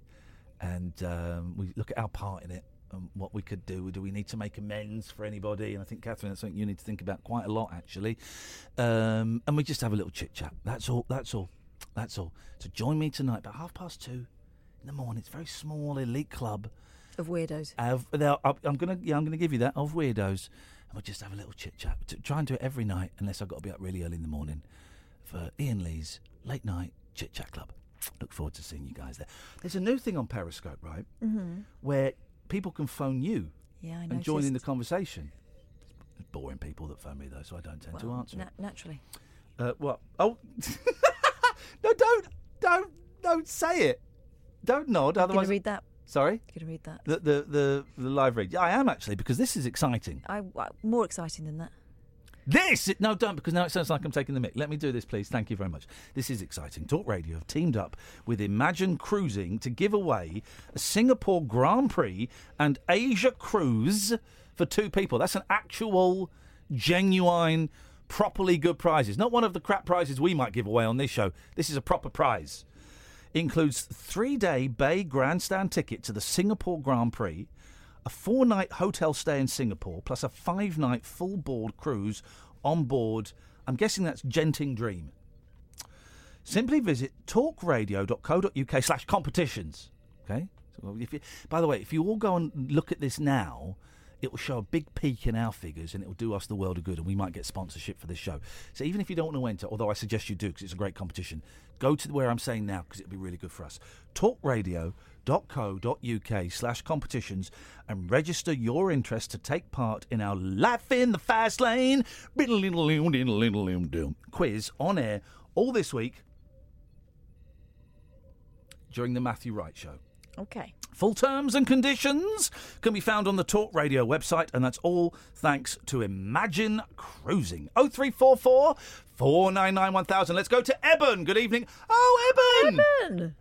Speaker 3: and um, we look at our part in it and what we could do. Do we need to make amends for anybody? And I think Catherine, that's something you need to think about quite a lot, actually. Um, and we just have a little chit chat. That's all. That's all. That's all. So join me tonight, about half past two in the morning. It's a very small elite club.
Speaker 4: Of weirdos.
Speaker 3: Of, they'll- I'm- I'm gonna, yeah, I'm gonna give you that of weirdos, and we'll just have a little chit chat. T- Try and do it every night, unless I've got to be up really early in the morning for Ian Lee's late night chit chat club. Look forward to seeing you guys there. There's a new thing on Periscope, right?
Speaker 4: Mhm.
Speaker 3: Where people can phone you
Speaker 4: Yeah, I
Speaker 3: and join in the
Speaker 4: noticed.
Speaker 3: conversation. boring people that phone me though, so I don't tend to
Speaker 4: Well,
Speaker 3: answer.
Speaker 4: na-
Speaker 3: it.
Speaker 4: naturally.
Speaker 3: Uh, what? Oh, no! Don't, don't, don't say it. Don't nod.
Speaker 4: You're going
Speaker 3: Otherwise,
Speaker 4: to read that.
Speaker 3: Sorry.
Speaker 4: You're going to read that.
Speaker 3: The, the the the live read. Yeah, I am actually because this is exciting.
Speaker 4: I, I more exciting than that.
Speaker 3: This no, don't because now it sounds like I'm taking the mic. Let me do this, please. Thank you very much. This is exciting. Talk Radio have teamed up with Imagine Cruising to give away a Singapore Grand Prix and Asia cruise for two people. That's an actual, genuine, properly good prizes. Not one of the crap prizes we might give away on this show. This is a proper prize includes three day Bay Grandstand ticket to the Singapore Grand Prix, a four night hotel stay in Singapore, plus a five night full board cruise on board. I'm guessing that's Genting Dream. Simply visit talkradio.co.uk slash competitions. Okay? So if you, by the way, if you all go and look at this now, it will show a big peak in our figures and it will do us the world of good and we might get sponsorship for this show. So even if you don't want to enter, although I suggest you do because it's a great competition, go to where I'm saying now because it'll be really good for us. talkradio.co.uk slash competitions and register your interest to take part in our Life in the Fast Lane quiz on air all this week during the Matthew Wright Show.
Speaker 4: Okay.
Speaker 3: Full terms and conditions can be found on the Talk Radio website, and that's all thanks to Imagine Cruising. 0344 499 1000. Let's go to Eben. Good evening. Oh, Eben!
Speaker 4: Eben!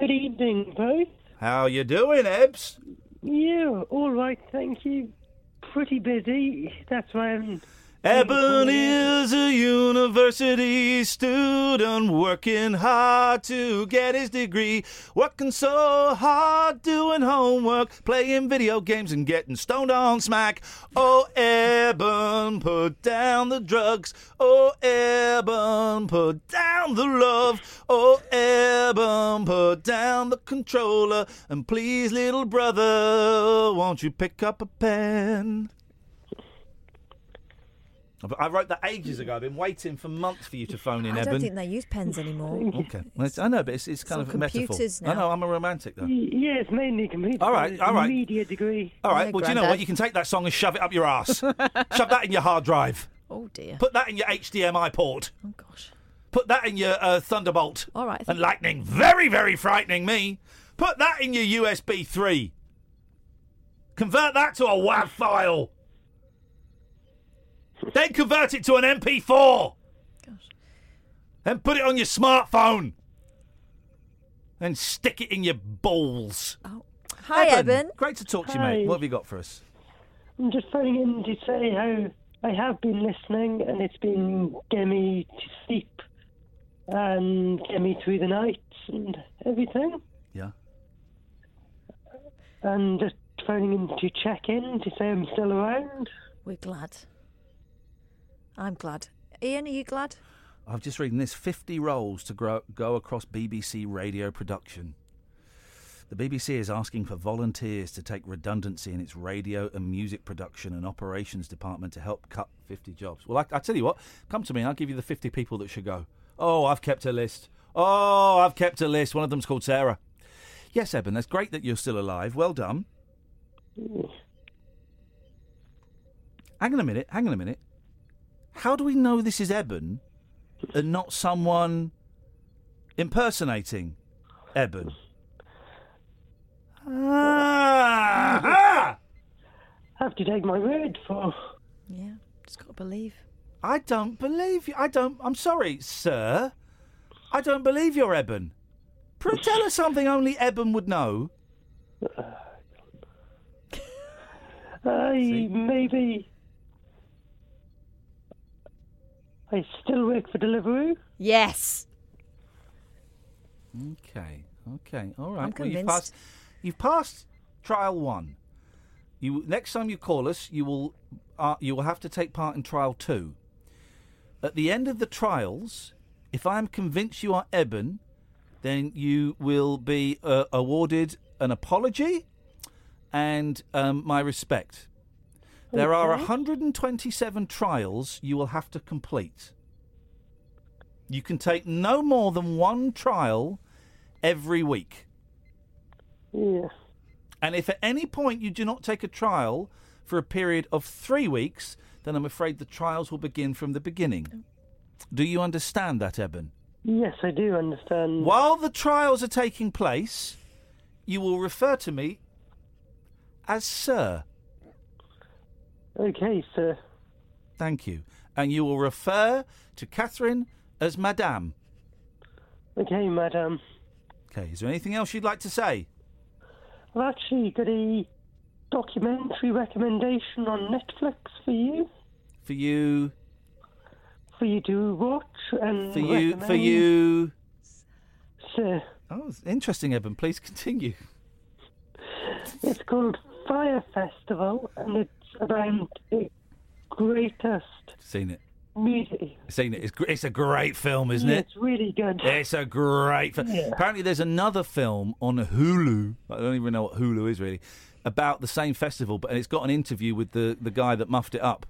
Speaker 10: Good evening, both.
Speaker 3: How you doing, Ebs?
Speaker 10: Yeah, all right, thank you. Pretty busy. That's why I'm.
Speaker 3: Eben is a university student working hard to get his degree. Working so hard, doing homework, playing video games, and getting stoned on smack. Oh, Eben, put down the drugs. Oh, Eben, put down the love. Oh, Eben, put down the controller. And please, little brother, won't you pick up a pen? I- I wrote that ages ago. I've been waiting for months for you to phone in,
Speaker 4: I
Speaker 3: Eben.
Speaker 4: don't think they use pens anymore.
Speaker 3: Okay, well, it's- I know, but it's, it's kind of
Speaker 4: It's on
Speaker 3: a metaphor.
Speaker 4: computers
Speaker 3: I
Speaker 4: now.
Speaker 3: know, I'm a romantic though.
Speaker 10: Yeah, it's mainly computer.
Speaker 3: All right,
Speaker 10: science,
Speaker 3: all right.
Speaker 10: Media degree.
Speaker 3: All right, well, do you know what? You can take that song and shove it up your ass. shove that in your hard drive.
Speaker 4: Oh dear.
Speaker 3: Put that in your HDMI port. Oh gosh. Put that in your uh, Thunderbolt.
Speaker 4: All right, I
Speaker 3: And
Speaker 4: think-
Speaker 3: lightning, very very frightening me. Put that in your USB three. Convert that to a WAV file. then convert it to an MP4. Gosh. Then put it on your smartphone. And stick it in your balls.
Speaker 4: Oh. Hi, Eben.
Speaker 3: Great to talk to you,
Speaker 10: Hi.
Speaker 3: mate. What have you got for us?
Speaker 10: I'm just phoning in to say how I have been listening and it's been getting me to sleep and getting me through the night and everything.
Speaker 3: Yeah.
Speaker 10: And just phoning in to check in to say I'm still around.
Speaker 4: We're glad. I'm glad. Ian, are you glad?
Speaker 3: I'm just reading this 50 roles to grow, go across BBC radio production. The BBC is asking for volunteers to take redundancy in its radio and music production and operations department to help cut 50 jobs. Well, I, I tell you what, come to me and I'll give you the 50 people that should go. Oh, I've kept a list. Oh, I've kept a list. One of them's called Sarah. Yes, Eben, that's great that you're still alive. Well done. Hang on a minute. Hang on a minute. How do we know this is Eben and not someone impersonating Eben? Ah!
Speaker 10: have to take my word for.
Speaker 4: Yeah, just got to believe.
Speaker 3: I don't believe you. I don't. I'm sorry, sir. I don't believe you're Eben. Pro- tell us something only Eben would know.
Speaker 10: I maybe. I still work for Deliveroo.
Speaker 4: Yes.
Speaker 3: Okay. Okay. All right.
Speaker 4: I'm
Speaker 3: well, you've
Speaker 4: convinced.
Speaker 3: passed. You've passed trial one. You next time you call us, you will uh, you will have to take part in trial two. At the end of the trials, if I am convinced you are Eben, then you will be uh, awarded an apology and um, my respect. There are
Speaker 10: Okay.
Speaker 3: 127 trials you will have to complete. You can take no more than one trial every week.
Speaker 10: Yeah.
Speaker 3: And if at any point you do not take a trial for a period of three weeks, then I'm afraid the trials will begin from the beginning. Do you understand that, Eben?
Speaker 10: Yes, I do understand.
Speaker 3: While the trials are taking place, you will refer to me as Sir.
Speaker 10: Okay, sir.
Speaker 3: Thank you. And you will refer to Catherine as Madame.
Speaker 10: Okay, madam.
Speaker 3: Okay, is there anything else you'd like to say?
Speaker 10: I've actually got a documentary recommendation on Netflix for you,
Speaker 3: For you,
Speaker 10: for you to watch and
Speaker 3: for you, for
Speaker 10: recommend,
Speaker 3: you.
Speaker 10: Sir,
Speaker 3: Oh, it's interesting, Eben. Please continue.
Speaker 10: it's called Fire Festival, and it's about the greatest
Speaker 3: Seen it.
Speaker 10: media.
Speaker 3: Seen it. It's, gr- it's a great film, isn't
Speaker 10: Yeah,
Speaker 3: it?
Speaker 10: It's really good.
Speaker 3: It's a great film.
Speaker 10: Yeah.
Speaker 3: Apparently, there's another film on Hulu. I don't even know what Hulu is really about the same festival, but and it's got an interview with the the guy that muffed it up.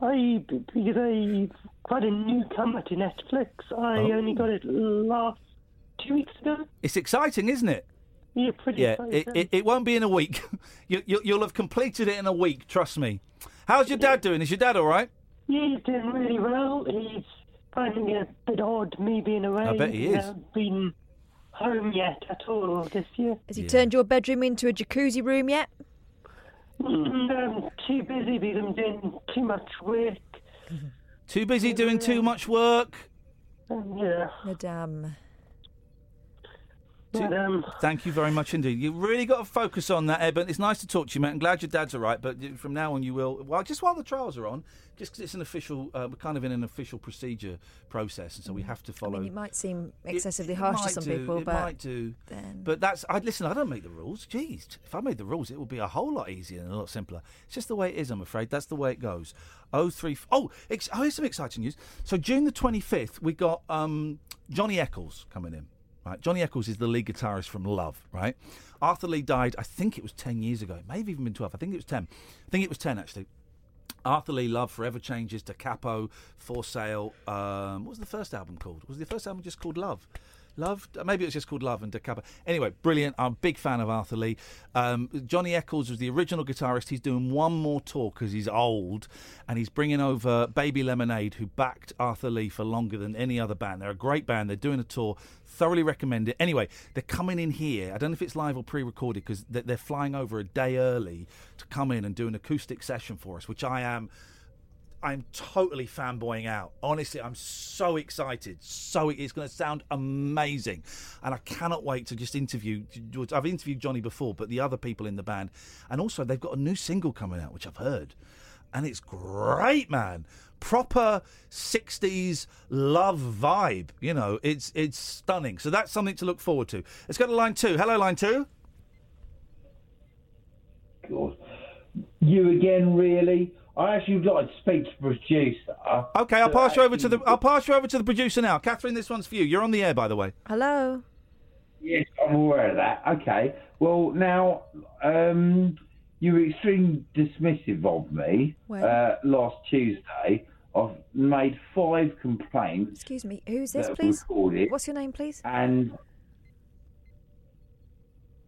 Speaker 10: I because I quite a newcomer to Netflix. I
Speaker 3: Oh.
Speaker 10: only got it last two weeks ago.
Speaker 3: It's exciting, isn't it?
Speaker 10: Yeah, pretty.
Speaker 3: Yeah, it,
Speaker 10: exciting.
Speaker 3: it, it won't be in a week. you, you, you'll have completed it in a week, trust me. How's your dad doing? Is your dad all right?
Speaker 10: Yeah, he's doing really well. He's finding it a bit odd me being away.
Speaker 3: I bet he
Speaker 10: He
Speaker 3: is.
Speaker 10: hasn't been home yet at all this year.
Speaker 4: Has he turned your bedroom into a jacuzzi room yet?
Speaker 3: Hmm.
Speaker 10: Mm, I'm too busy because I'm doing too much work.
Speaker 3: Too busy doing too much work.
Speaker 10: Um, yeah,
Speaker 4: Madame.
Speaker 10: but um,
Speaker 3: Thank you very much indeed. You've really got to focus on that, Eben. It's nice to talk to you, mate. I'm glad your dad's all right, but from now on you will. Well, just while the trials are on, just 'cause it's an official, uh, we're kind of in an official procedure process, and so we have to
Speaker 4: Mm. I
Speaker 3: follow.
Speaker 4: mean, it might seem
Speaker 3: It-
Speaker 4: excessively
Speaker 3: it
Speaker 4: harsh to
Speaker 3: might
Speaker 4: some
Speaker 3: do,
Speaker 4: people,
Speaker 3: it
Speaker 4: but
Speaker 3: might do.
Speaker 4: then-
Speaker 3: But that's I listen. I don't make the rules. Jeez, if I made the rules, it would be a whole lot easier and a lot simpler. It's just the way it is. I'm afraid that's the way it goes. Oh three. Oh, ex- oh, here's some exciting news. So June the 25th, we got um, Johnny Eccles coming in. Right, Johnny Eccles is the lead guitarist from Love. Right, Arthur Lee died. I think it was 10 years ago. It may have even been 12. I think it was 10. I think it was 10 actually. Arthur Lee Love forever changes to Capo for sale. Um, what was the first album called? Was the first album just called Love? Love, maybe it was just called Love and De Capo. Anyway, brilliant. I'm a big fan of Arthur Lee. Um, Johnny Eccles was the original guitarist. He's doing one more tour because he's old, and he's bringing over Baby Lemonade, who backed Arthur Lee for longer than any other band. They're a great band. They're doing a tour. Thoroughly recommend it. Anyway, they're coming in here. I don't know if it's live or pre-recorded because they're flying over a day early to come in and do an acoustic session for us, which I am. I'm totally fanboying out. Honestly, I'm so excited. So it's going to sound amazing, and I cannot wait to just interview. I've interviewed Johnny before, but the other people in the band, and also they've got a new single coming out, which I've heard, and it's great, man. Proper '60s love vibe. You know, it's it's stunning. So that's something to look forward to. Let's go to line two. Hello, line two.
Speaker 9: You again, really? I actually would like to speak to the producer.
Speaker 3: Okay, I'll pass you over to the I'll pass you over to the producer now. Catherine, this one's for you. You're on the air, by the way.
Speaker 4: Hello.
Speaker 9: Yes, I'm aware of that. Okay. Well, now, um, you were extremely dismissive of me
Speaker 4: Well.
Speaker 9: uh, last Tuesday. I've made five complaints
Speaker 4: Excuse me. Who's this,
Speaker 9: That was
Speaker 4: please?
Speaker 9: recorded.
Speaker 4: What's your name, please?
Speaker 9: and,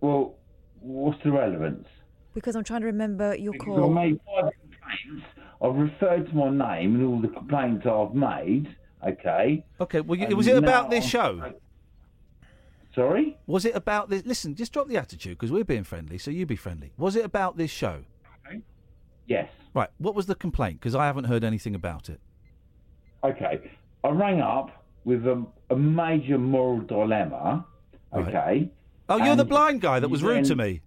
Speaker 9: well, what's the relevance?
Speaker 4: Because I'm trying to remember your
Speaker 9: Because I
Speaker 4: call.
Speaker 9: made five complaints. I've referred to my name and all the complaints I've made, okay?
Speaker 3: Okay, well, you,
Speaker 9: And
Speaker 3: was it about
Speaker 9: now
Speaker 3: this
Speaker 9: I'm-
Speaker 3: show?
Speaker 9: Sorry?
Speaker 3: Was it about this? Listen, just drop the attitude because we're being friendly, so you be friendly. Was it about this show?
Speaker 9: Yes.
Speaker 3: Right. What was the complaint? Because I haven't heard anything about it.
Speaker 9: okay, I rang up with a, a major moral dilemma. Okay.
Speaker 3: Oh, you're the
Speaker 9: And
Speaker 3: blind guy that
Speaker 9: you
Speaker 3: was rude to
Speaker 9: then-
Speaker 3: me.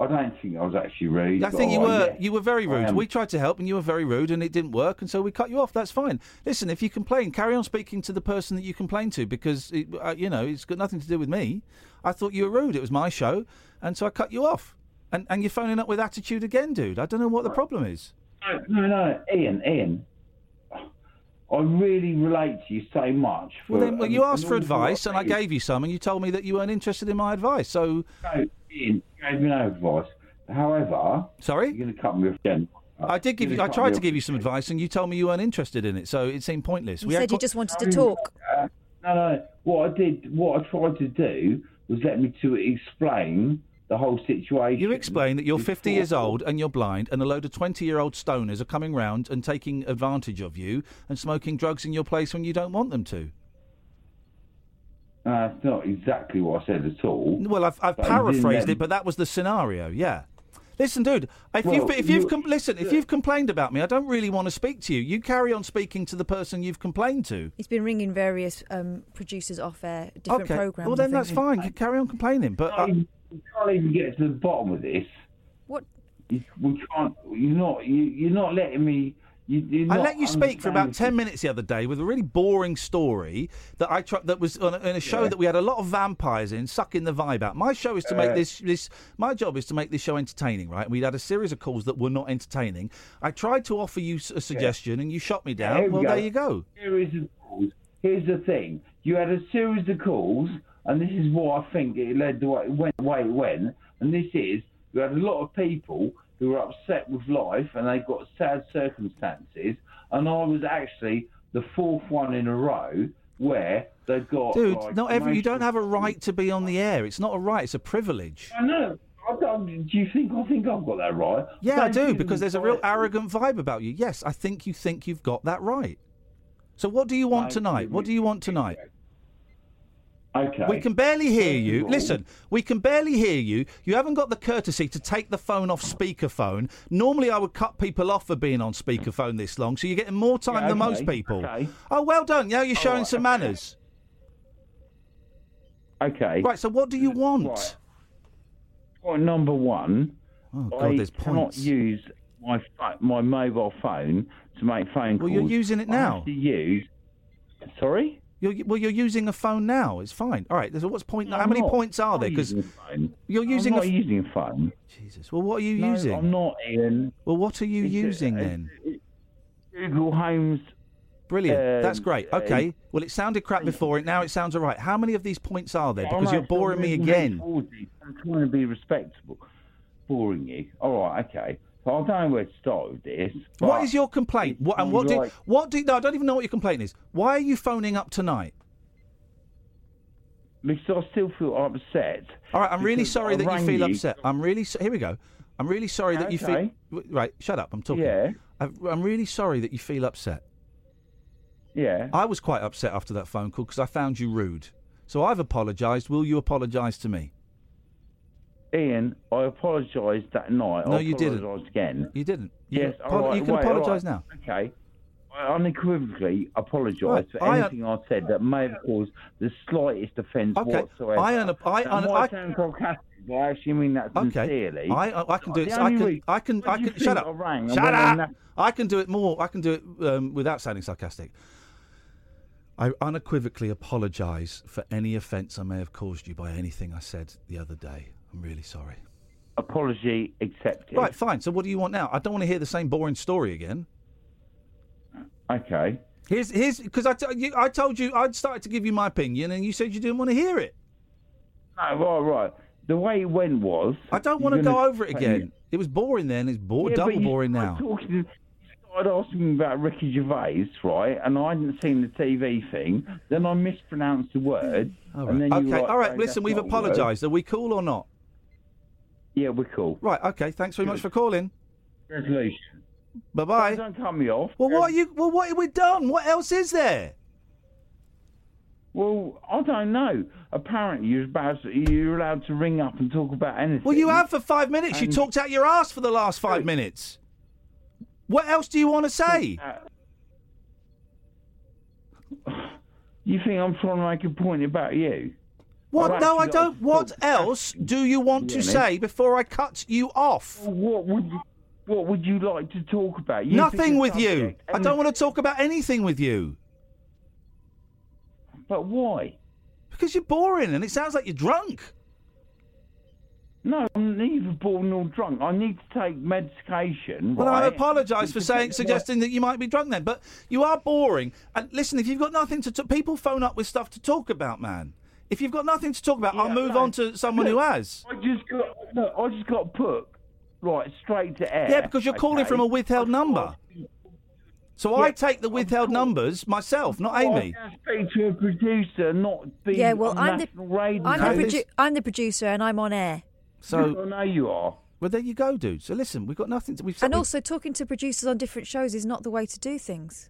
Speaker 9: I don't think I was actually rude.
Speaker 3: I
Speaker 9: but
Speaker 3: think you were
Speaker 9: yeah.
Speaker 3: you were very
Speaker 9: I
Speaker 3: rude.
Speaker 9: am.
Speaker 3: We tried to help and you were very rude, and it didn't work, and so we cut you off. That's fine. Listen, if you complain, carry on speaking to the person that you complained to because it, uh, you know it's got nothing to do with me. I thought you were rude. It was my show, and so I cut you off. And and you're phoning up with attitude again, dude. I don't know what the problem is.
Speaker 9: No, no, Ian, Ian. I really relate to you so much.
Speaker 3: Well,
Speaker 9: for
Speaker 3: then, well,
Speaker 9: an-
Speaker 3: you
Speaker 9: an
Speaker 3: asked for
Speaker 9: awful lot
Speaker 3: advice,
Speaker 9: of
Speaker 3: and I
Speaker 9: things.
Speaker 3: gave you some, and you told me that you weren't interested in my advice. So
Speaker 9: No, Ian, you gave me no advice. However,
Speaker 3: sorry,
Speaker 9: you're going to cut me off again.
Speaker 3: I did give you. I tried to give you some advice, and you told me you weren't interested in it. So it seemed pointless.
Speaker 4: You
Speaker 3: We had
Speaker 4: said you
Speaker 3: co-
Speaker 4: just wanted to talk.
Speaker 9: Uh, no, no. What I did, what I tried to do was let me to explain the the whole situation.
Speaker 3: You explain that you're 50 years old and you're blind, and a load of 20 year old stoners are coming round and taking advantage of you and smoking drugs in your place when you don't want them to.
Speaker 9: Uh, that's not exactly what I said at all.
Speaker 3: Well, I've, I've
Speaker 9: But you didn't
Speaker 3: paraphrased
Speaker 9: let-
Speaker 3: it, but that was the scenario. Yeah. Listen, dude. If
Speaker 9: Well,
Speaker 3: you've if you've
Speaker 9: you-
Speaker 3: com- listen, if you've complained about me, I don't really want to speak to you. You carry on speaking to the person you've complained to.
Speaker 4: He's been ringing various um, producers off air, different
Speaker 3: okay.
Speaker 4: programs.
Speaker 3: Well,
Speaker 4: and
Speaker 3: then that's
Speaker 4: things.
Speaker 3: fine. You carry on complaining, but uh,
Speaker 9: We can't even get to the bottom of this.
Speaker 4: What?
Speaker 9: You, we can't. You're not. You, you're not letting me. You, you're
Speaker 3: I
Speaker 9: not
Speaker 3: let you speak for about
Speaker 9: understanding.
Speaker 3: ten minutes the other day with a really boring story that I tr- that was on a, in a show that we had a lot of vampires in, sucking the vibe out. My show is to make
Speaker 9: Uh.
Speaker 3: this this my job is to make this show entertaining, right? And we'd had a series of calls that were not entertaining. I tried to offer you s- a suggestion, and you shot me down.
Speaker 9: here we
Speaker 3: well,
Speaker 9: go.
Speaker 3: there you go.
Speaker 9: Series of calls. Here's the thing. You had a series of calls, and this is what I think it led the way it went the way it went. And this is you had a lot of people who were upset with life, and they got sad circumstances. And I was actually the fourth one in a row where they got
Speaker 3: Dude,
Speaker 9: like,
Speaker 3: not every you
Speaker 9: emotional-
Speaker 3: don't have a right to be on the air. It's not a right. It's a privilege.
Speaker 9: I know. I don't, do you think I think I've got that right?
Speaker 3: Yeah, I do
Speaker 9: even
Speaker 3: because there's a real arrogant vibe about you. Yes, I think you think you've got that right. So what do you want tonight? What do you want tonight?
Speaker 9: Okay.
Speaker 3: We can barely hear you.
Speaker 9: all-
Speaker 3: Listen, we can barely hear you. You haven't got the courtesy to take the phone off speakerphone. Normally, I would cut people off for being on speakerphone this long, so you're getting more time
Speaker 9: Yeah,
Speaker 3: than
Speaker 9: okay,
Speaker 3: most people.
Speaker 9: okay.
Speaker 3: Oh, well done. Now you're showing some manners.
Speaker 9: Okay.
Speaker 3: Right, so what do you want?
Speaker 9: Point number one.
Speaker 3: Oh God,
Speaker 9: I
Speaker 3: there's
Speaker 9: cannot
Speaker 3: points.
Speaker 9: use my pho- my mobile phone to make phone
Speaker 3: Well,
Speaker 9: calls.
Speaker 3: you're using it
Speaker 9: I have
Speaker 3: now.
Speaker 9: to use. Sorry.
Speaker 3: You're, well, you're using a phone now. It's fine. All right. So what's point?
Speaker 9: No,
Speaker 3: how
Speaker 9: I'm
Speaker 3: many
Speaker 9: not.
Speaker 3: points are
Speaker 9: I'm
Speaker 3: there? Because
Speaker 9: using a phone.
Speaker 3: you're using
Speaker 9: I'm
Speaker 3: a
Speaker 9: not
Speaker 3: f-
Speaker 9: using a phone.
Speaker 3: Jesus. Well, what are you
Speaker 9: No,
Speaker 3: using?
Speaker 9: I'm not, uh, Ian.
Speaker 3: Well, what are you
Speaker 9: It's a-
Speaker 3: using
Speaker 9: it's-
Speaker 3: then?
Speaker 9: Google Homes.
Speaker 3: Brilliant. That's
Speaker 9: um,
Speaker 3: great.
Speaker 9: uh,
Speaker 3: Okay. well, it sounded crap before. It now it sounds all right. How many of these points are there?
Speaker 9: I'm
Speaker 3: Because you're
Speaker 9: actually
Speaker 3: boring me
Speaker 9: moving
Speaker 3: again.
Speaker 9: towards you. I'm trying to be respectable. Boring you. All right. Okay. So I don't know where to start with this.
Speaker 3: What is your complaint? What, and what did?
Speaker 9: like-
Speaker 3: What did? No, I don't even know what your complaint is. Why are you phoning up tonight?
Speaker 9: Because I still feel upset.
Speaker 3: All right, I'm really
Speaker 9: Because
Speaker 3: sorry
Speaker 9: I
Speaker 3: that you
Speaker 9: rang
Speaker 3: feel
Speaker 9: you.
Speaker 3: upset. I'm really so- here we go. I'm really sorry that you feel.
Speaker 9: Okay.
Speaker 3: w- Right, shut up. I'm talking.
Speaker 9: Yeah.
Speaker 3: I've, I'm really sorry that you feel upset.
Speaker 9: Yeah.
Speaker 3: I was quite upset after that phone call because I found you rude. So I've apologised. Will you apologise to me?
Speaker 9: Ian, I apologised that night.
Speaker 3: No,
Speaker 9: I
Speaker 3: you didn't.
Speaker 9: apologised again.
Speaker 3: You didn't. You
Speaker 9: Yes,
Speaker 3: can
Speaker 9: all
Speaker 3: apo-
Speaker 9: right,
Speaker 3: you can
Speaker 9: wait, all
Speaker 3: apologise
Speaker 9: right.
Speaker 3: now.
Speaker 9: Okay. I unequivocally apologise
Speaker 3: Right,
Speaker 9: for
Speaker 3: I uh, un-
Speaker 9: anything I said that may have caused the slightest offence
Speaker 3: Okay,
Speaker 9: whatsoever.
Speaker 3: I un- I
Speaker 9: Now,
Speaker 3: un-
Speaker 9: might
Speaker 3: I-
Speaker 9: sound sarcastic, but I actually mean that sincerely.
Speaker 3: Okay. I, I, I can do it.
Speaker 9: The
Speaker 3: I
Speaker 9: only
Speaker 3: can,
Speaker 9: reason-
Speaker 3: I can.
Speaker 9: Why
Speaker 3: I
Speaker 9: do you
Speaker 3: can. Shut
Speaker 9: think
Speaker 3: up.
Speaker 9: I rang and
Speaker 3: Shut
Speaker 9: went on
Speaker 3: up. I can do it more. I can do it um, without sounding sarcastic. I unequivocally apologise for any offence I may have caused you by anything I said the other day. I'm really sorry.
Speaker 9: Apology accepted.
Speaker 3: Right, fine. So, what do you want now? I don't want to hear the same boring story again.
Speaker 9: Okay.
Speaker 3: Here's here's because I, t- you, I told you I'd started to give you my opinion, and you said you didn't want to hear it.
Speaker 9: No, right, right. The way it went was.
Speaker 3: I don't want to
Speaker 9: you're
Speaker 3: go
Speaker 9: gonna- uh,
Speaker 3: over it again. It was boring then. It's bo-
Speaker 9: Yeah, but
Speaker 3: double
Speaker 9: you
Speaker 3: boring
Speaker 9: started
Speaker 3: now.
Speaker 9: Talking, you started asking me about Ricky Gervais, right? And I hadn't seen the TV thing. Then I mispronounced the word.
Speaker 3: All
Speaker 9: And then
Speaker 3: right.
Speaker 9: you
Speaker 3: Okay.
Speaker 9: were like,
Speaker 3: All right.
Speaker 9: "No,
Speaker 3: Listen,
Speaker 9: that's
Speaker 3: we've
Speaker 9: not a word."
Speaker 3: apologised. Are we cool or not?
Speaker 9: Yeah, we're cool.
Speaker 3: Right. Okay. Thanks very much for calling.
Speaker 9: Resolution.
Speaker 3: Bye bye.
Speaker 9: Don't cut me off. Um,
Speaker 3: Well, what are you? Well, what have we done? What else is there?
Speaker 9: Well, I don't know. Apparently, you're about to, you're allowed to ring up and talk about anything.
Speaker 3: Well, you have for five minutes. You
Speaker 9: And-
Speaker 3: talked out your ass for the last five minutes. What else do you want to say?
Speaker 9: You think I'm trying to make a point about you?
Speaker 3: What?
Speaker 9: I've
Speaker 3: No, I
Speaker 9: actually
Speaker 3: don't. What else do you want to
Speaker 9: Really?
Speaker 3: say before I cut you off?
Speaker 9: What would you, what would you like to talk about? You pick
Speaker 3: Nothing
Speaker 9: a
Speaker 3: with you.
Speaker 9: subject
Speaker 3: I
Speaker 9: and-
Speaker 3: don't want to talk about anything with you
Speaker 9: But why?
Speaker 3: because you're boring and it sounds like you're drunk.
Speaker 9: No, I'm neither bored nor drunk. I need to take medication.
Speaker 3: Well, I
Speaker 9: right?
Speaker 3: apologise for
Speaker 9: It's
Speaker 3: saying
Speaker 9: affecting my-
Speaker 3: suggesting that you might be drunk then, but you are boring. And listen, if you've got nothing to t- people phone up with stuff to talk about, man. If you've got nothing to talk about, I'll move on to someone who
Speaker 9: Look,
Speaker 3: has.
Speaker 9: I just got look, I just got put right straight to air.
Speaker 3: Yeah, because you're calling
Speaker 9: okay?
Speaker 3: from a withheld number. So I take the withheld numbers myself, not
Speaker 9: Well,
Speaker 3: Amy.
Speaker 9: I can speak to a producer, not be
Speaker 4: Yeah, well,
Speaker 9: on
Speaker 4: I'm the,
Speaker 9: national radio.
Speaker 4: I'm, the
Speaker 3: This-
Speaker 4: produ- I'm the producer and I'm on air.
Speaker 3: So
Speaker 5: I know you are.
Speaker 3: Well, there you go, dude. So listen, we've got nothing. To, we've
Speaker 4: And
Speaker 3: we-
Speaker 4: also, talking to producers on different shows is not the way to do things.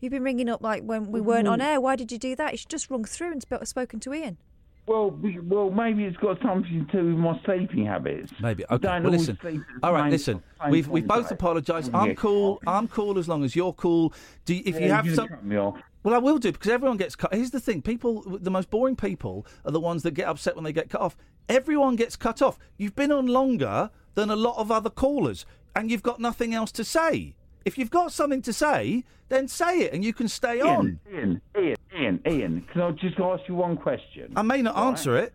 Speaker 4: You've been ringing up like when we weren't on
Speaker 5: Mhm.
Speaker 4: air. Why did you do that? You should just rung through and sp- spoken to Ian.
Speaker 5: Well, be- well, maybe it's got something to do with my sleeping habits.
Speaker 3: Maybe.
Speaker 5: I
Speaker 3: Okay.
Speaker 5: don't
Speaker 3: Well,
Speaker 5: always
Speaker 3: listen.
Speaker 5: sleep at the
Speaker 3: All right.
Speaker 5: same-
Speaker 3: Listen.
Speaker 5: same
Speaker 3: We've we
Speaker 5: time,
Speaker 3: both
Speaker 5: right?
Speaker 3: apologise.
Speaker 5: Yeah.
Speaker 3: I'm cool. I'm cool as long as you're cool. Do you, if
Speaker 5: Yeah,
Speaker 3: you
Speaker 5: you're
Speaker 3: have
Speaker 5: gonna
Speaker 3: some.
Speaker 5: cut me off.
Speaker 3: Well, I will do because everyone gets cut. Here's the thing: people, the most boring people, are the ones that get upset when they get cut off. Everyone gets cut off. You've been on longer than a lot of other callers, and you've got nothing else to say. If you've got something to say, then say it, and you can stay on.
Speaker 5: Ian, Ian, Ian, Ian, Ian, can I just ask you one question?
Speaker 3: I may not answer it.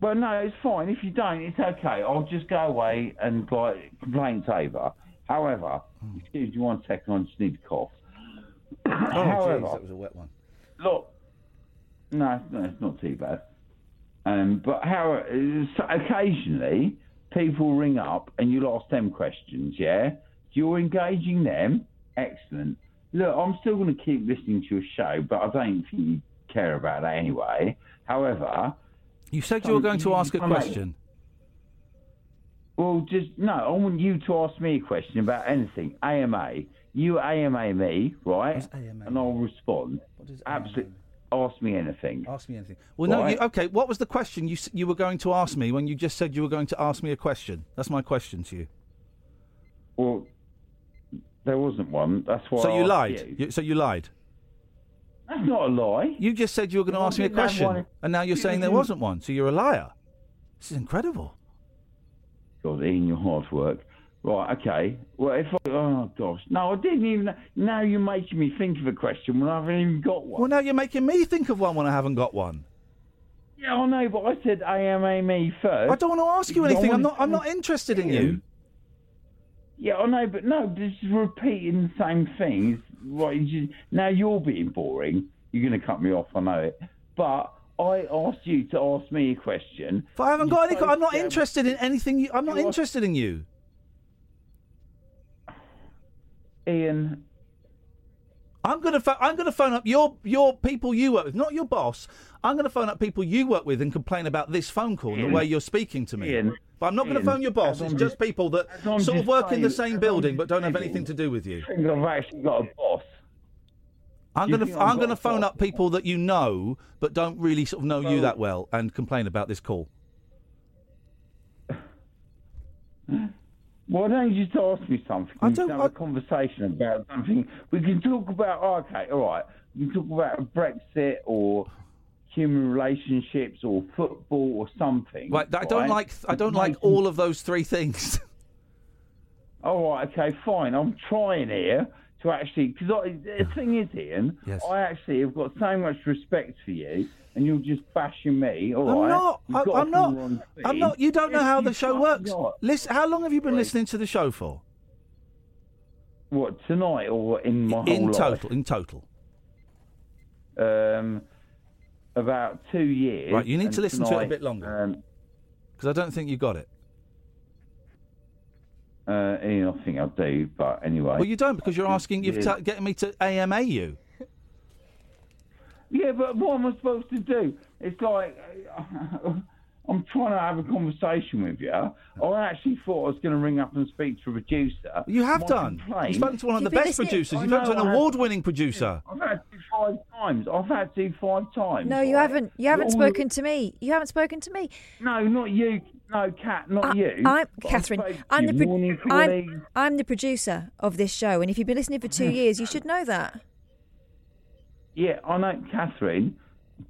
Speaker 5: Well, no, it's fine. If you don't, it's okay. I'll just go away and like complaints over. However, excuse me one second. I just need to cough.
Speaker 3: Oh,
Speaker 5: However,
Speaker 3: jeez, that was a wet one.
Speaker 5: Look, no, no, it's not too bad. Um, but how so occasionally people ring up and you'll ask them questions, yeah? You're engaging them. Excellent. Look, I'm still going to keep listening to your show, but I don't think you care about that anyway. However,
Speaker 3: you said you were going to ask a question.
Speaker 5: Well, just no. I want you to ask me a question about anything. AMA. You AMA me, right?
Speaker 3: AMA?
Speaker 5: And I'll respond. What
Speaker 3: does
Speaker 5: Absolutely. Ask me anything.
Speaker 3: Ask me anything. Well, no. You,
Speaker 5: Right.
Speaker 3: okay. What was the question you s- you were going to ask me when you just said you were going to ask me a question? That's my question to you.
Speaker 5: Well, there wasn't one. That's why.
Speaker 3: So
Speaker 5: I
Speaker 3: you
Speaker 5: asked
Speaker 3: lied.
Speaker 5: you.
Speaker 3: You- so you lied.
Speaker 5: That's not a lie.
Speaker 3: You just said you were going to
Speaker 5: I
Speaker 3: ask me a
Speaker 5: didn't have
Speaker 3: question,
Speaker 5: one.
Speaker 3: and now you're saying there
Speaker 5: Mhm.
Speaker 3: wasn't one. So you're a liar. This is incredible.
Speaker 5: God, Ian, your hard work. Right, okay. Well, if I, oh gosh, no, I didn't even. Now you're making me think of a question when I haven't even got one.
Speaker 3: Well, now you're making me think of one when I haven't got one.
Speaker 5: Yeah, I know, but I said AMA me first.
Speaker 3: I don't want to ask you
Speaker 5: I
Speaker 3: anything. I'm
Speaker 5: wanted
Speaker 3: not. I'm
Speaker 5: to-
Speaker 3: not interested in you.
Speaker 5: Yeah, I know, but no, just repeating the same things. Right, you just, now you're being boring. You're going to cut me off. I know it, but I asked you to ask me a question.
Speaker 3: But I haven't got any.
Speaker 5: both
Speaker 3: I'm not
Speaker 5: said-
Speaker 3: interested in anything. You, I'm not
Speaker 5: You are-
Speaker 3: interested in you.
Speaker 5: Ian.
Speaker 3: I'm gonna. Pho- I'm gonna phone up your your people you work with, not your boss. I'm gonna phone up people you work with and complain about this phone call and the
Speaker 5: Ian.
Speaker 3: way you're speaking to me.
Speaker 5: Ian.
Speaker 3: But I'm not going to
Speaker 5: Ian,
Speaker 3: phone your boss.
Speaker 5: as I'm
Speaker 3: It's just
Speaker 5: just-
Speaker 3: people that
Speaker 5: as I'm
Speaker 3: sort of
Speaker 5: just
Speaker 3: work in the
Speaker 5: saying-
Speaker 3: same
Speaker 5: as
Speaker 3: building
Speaker 5: I'm
Speaker 3: but don't have
Speaker 5: saying-
Speaker 3: anything to do with you.
Speaker 5: I think I've actually got a boss.
Speaker 3: I'm
Speaker 5: You
Speaker 3: going
Speaker 5: think
Speaker 3: to
Speaker 5: I've
Speaker 3: I'm
Speaker 5: got
Speaker 3: going to
Speaker 5: a
Speaker 3: phone
Speaker 5: boss?
Speaker 3: up people that you know but don't really sort of know you
Speaker 5: Well-
Speaker 3: that well and complain about this call.
Speaker 5: Why don't you just ask me something?
Speaker 3: I
Speaker 5: We
Speaker 3: don't-
Speaker 5: can have a conversation about something. We can talk about. oh, okay, all right. We can talk about Brexit or human relationships or football or something.
Speaker 3: Right, I don't
Speaker 5: right?
Speaker 3: like I don't like all of those three things.
Speaker 5: All right, okay, fine. I'm trying here to actually because the thing is, Ian,
Speaker 3: Yes.
Speaker 5: I actually have got so much respect for you, and you're just bashing me. All
Speaker 3: I'm
Speaker 5: right?
Speaker 3: not.
Speaker 5: You've
Speaker 3: I,
Speaker 5: got
Speaker 3: I'm
Speaker 5: us on the
Speaker 3: not.
Speaker 5: wrong
Speaker 3: I'm
Speaker 5: feed.
Speaker 3: not. You don't know
Speaker 5: Yes,
Speaker 3: how
Speaker 5: you
Speaker 3: the show
Speaker 5: fucking
Speaker 3: works.
Speaker 5: are.
Speaker 3: Listen, how long have you been listening to the show for?
Speaker 5: What tonight or in my whole
Speaker 3: In
Speaker 5: life?
Speaker 3: total, in total.
Speaker 5: um, about two years.
Speaker 3: Right, you need
Speaker 5: and
Speaker 3: to listen to it a
Speaker 5: tonight,
Speaker 3: bit longer.
Speaker 5: Um,
Speaker 3: Because I don't think you got it.
Speaker 5: uh, Ian, I think I do, but anyway.
Speaker 3: Well, you don't because you're asking. You're
Speaker 5: Yeah.
Speaker 3: t- getting me to AMA you.
Speaker 5: Yeah, but what am I supposed to do? It's like I'm trying to have a conversation with you. I actually thought I was going to ring up and speak to a producer.
Speaker 3: You have
Speaker 5: My
Speaker 3: done. You've
Speaker 5: complaint-
Speaker 3: spoken to one of the best producers. You've spoken to an
Speaker 5: I know I
Speaker 3: award-winning producer.
Speaker 5: have. I've had to five times. I've had to five times.
Speaker 4: No, you
Speaker 5: right?
Speaker 4: haven't. You haven't
Speaker 5: All the-
Speaker 4: spoken to me. You haven't spoken to me.
Speaker 5: No, not you. No, Kat, not
Speaker 4: I-
Speaker 5: you.
Speaker 4: I'm
Speaker 5: But I
Speaker 4: Catherine.
Speaker 5: spoke to
Speaker 4: I'm
Speaker 5: you
Speaker 4: the pro-
Speaker 5: morning, calling.
Speaker 4: I'm, I'm the producer of this show, and if you've been listening for two years, you should know that.
Speaker 5: Yeah, I know Catherine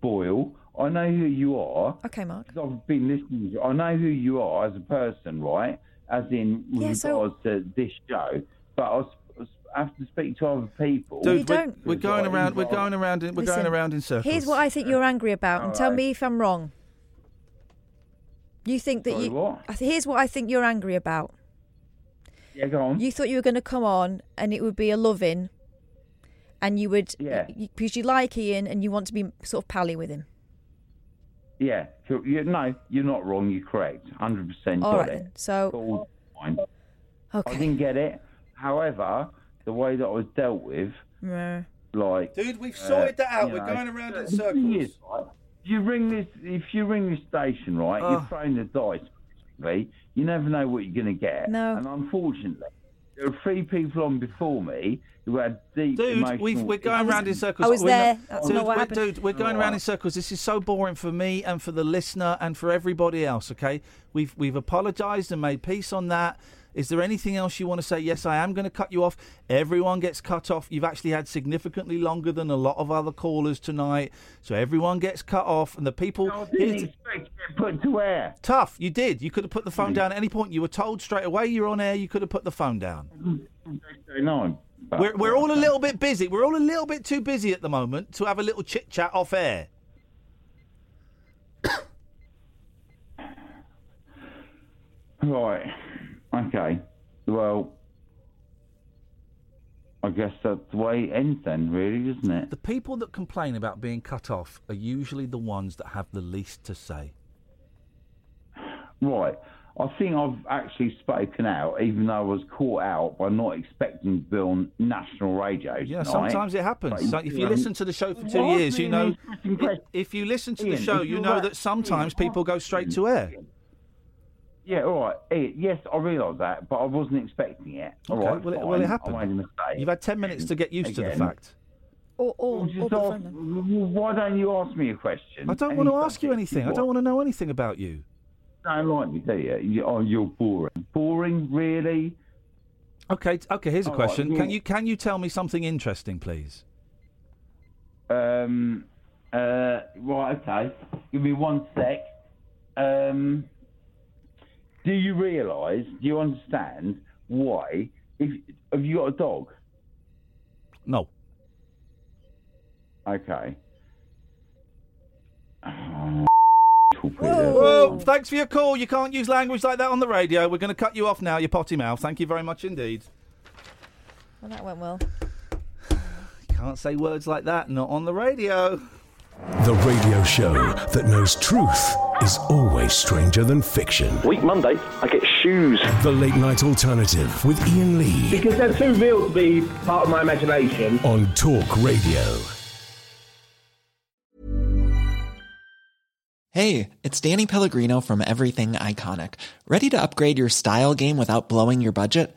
Speaker 5: Boyle. I know who you are.
Speaker 4: Okay, Mark.
Speaker 5: 'Cause I've been listening. To, I know who you are as a person, right? As in with
Speaker 4: Yeah,
Speaker 5: regards
Speaker 4: so-
Speaker 5: to this show, but I s- I s- have to speak to other people.
Speaker 3: Dude, we're, we're going around. We're going around. In, we're
Speaker 4: Listen,
Speaker 3: going around in circles.
Speaker 4: Here's what I think you're angry about, and tell me if I'm wrong. You think that
Speaker 5: Sorry,
Speaker 4: you.
Speaker 5: what?
Speaker 4: I th- Here's what I think you're angry about.
Speaker 5: Yeah, go on.
Speaker 4: You thought you were going to come on, and it would be a loving, and you would
Speaker 5: Yeah.
Speaker 4: because you like Ian and you want to be sort of pally with him.
Speaker 5: Yeah, so you, no, you're not wrong. You're correct. Hundred percent.
Speaker 4: All
Speaker 5: got
Speaker 4: right
Speaker 5: it.
Speaker 4: then. So-
Speaker 5: Cool, fine.
Speaker 4: Okay.
Speaker 5: I didn't get it. However, the way that I was dealt with,
Speaker 4: Meh.
Speaker 5: like,
Speaker 3: Dude, we've
Speaker 5: uh,
Speaker 3: sorted that out.
Speaker 5: you
Speaker 3: We're
Speaker 5: know,
Speaker 3: going around in
Speaker 5: the thing
Speaker 3: circles.
Speaker 5: is, right, you ring this, if you ring this station, right,
Speaker 3: Oh.
Speaker 5: you're throwing the dice. basically. You never know what you're going to get.
Speaker 3: No.
Speaker 5: And unfortunately, there are three people on before me who had deep
Speaker 3: Dude,
Speaker 5: emotional
Speaker 3: we've, we're going round in circles.
Speaker 4: I was
Speaker 3: We're not-
Speaker 4: there. That's
Speaker 3: dude,
Speaker 4: not what
Speaker 3: we're,
Speaker 4: happened.
Speaker 3: Dude, we're going round in circles. This is so boring for me and for the listener and for everybody else. Okay, we've we've apologised and made peace on that. Is there anything else you want to say? Yes, I am going to cut you off. Everyone gets cut off. You've actually had significantly longer than a lot of other callers tonight, so everyone gets cut off. And the people
Speaker 5: didn't
Speaker 3: expect
Speaker 5: to get put to air.
Speaker 3: Tough. You did. You could have put the phone down at any point. You were told straight away you're on air. You could have put the phone down.
Speaker 5: No, but-
Speaker 3: We're, we're all a little bit busy. We're all a little bit too busy at the moment to have a little chit chat off air.
Speaker 5: Right. Okay. Well, I guess that's the way it ends then, really, isn't it?
Speaker 3: The people that complain about being cut off are usually the ones that have the least to say.
Speaker 5: Right. I think I've actually spoken out, even though I was caught out by not expecting to be on national radio.
Speaker 3: Yeah,
Speaker 5: tonight.
Speaker 3: sometimes it happens.
Speaker 5: But-
Speaker 3: Like, if you listen to the show for two
Speaker 5: What?
Speaker 3: years, you know. If, if you listen to the
Speaker 5: Ian,
Speaker 3: show,
Speaker 5: if
Speaker 3: you
Speaker 5: you're
Speaker 3: know
Speaker 5: right-
Speaker 3: that sometimes people go straight to air.
Speaker 5: Yeah, all right. It, yes, I realise that, but I wasn't expecting it. All
Speaker 3: Okay,
Speaker 5: right.
Speaker 3: well, it-
Speaker 5: fine.
Speaker 3: well, it
Speaker 5: I made a
Speaker 3: happened.
Speaker 5: mistake.
Speaker 3: You've had 10 minutes to get used to the
Speaker 5: Again.
Speaker 3: fact.
Speaker 4: Or, or,
Speaker 5: Just ask- why don't you ask me a question?
Speaker 3: I don't
Speaker 5: Any
Speaker 3: want to ask you
Speaker 5: subject
Speaker 3: anything. I
Speaker 5: want.
Speaker 3: don't want to know anything about you.
Speaker 5: don't like me, do you? you oh, you're boring. Boring, really?
Speaker 3: Okay, t- okay. Here's a
Speaker 5: All right,
Speaker 3: question.
Speaker 5: you-
Speaker 3: Can you can you tell me something interesting, please?
Speaker 5: Um, uh, right, okay. Give me one sec. Um, do you realise, do you understand why? If, have you got a dog?
Speaker 3: No.
Speaker 5: Okay.
Speaker 3: Well, thanks for your call. You can't use language like that on the radio. We're going to cut you off now, you potty mouth. Thank you very much indeed.
Speaker 4: Well, that went well.
Speaker 3: You can't say words like that, not on the radio.
Speaker 1: The radio show that knows truth is always stranger than fiction.
Speaker 11: Week Monday, I get shoes.
Speaker 1: The late night alternative with Ian Lee.
Speaker 11: Because they're too real to be part of my imagination.
Speaker 1: On Talk Radio.
Speaker 9: Hey, it's Danny Pellegrino from Everything Iconic. Ready to upgrade your style game without blowing your budget?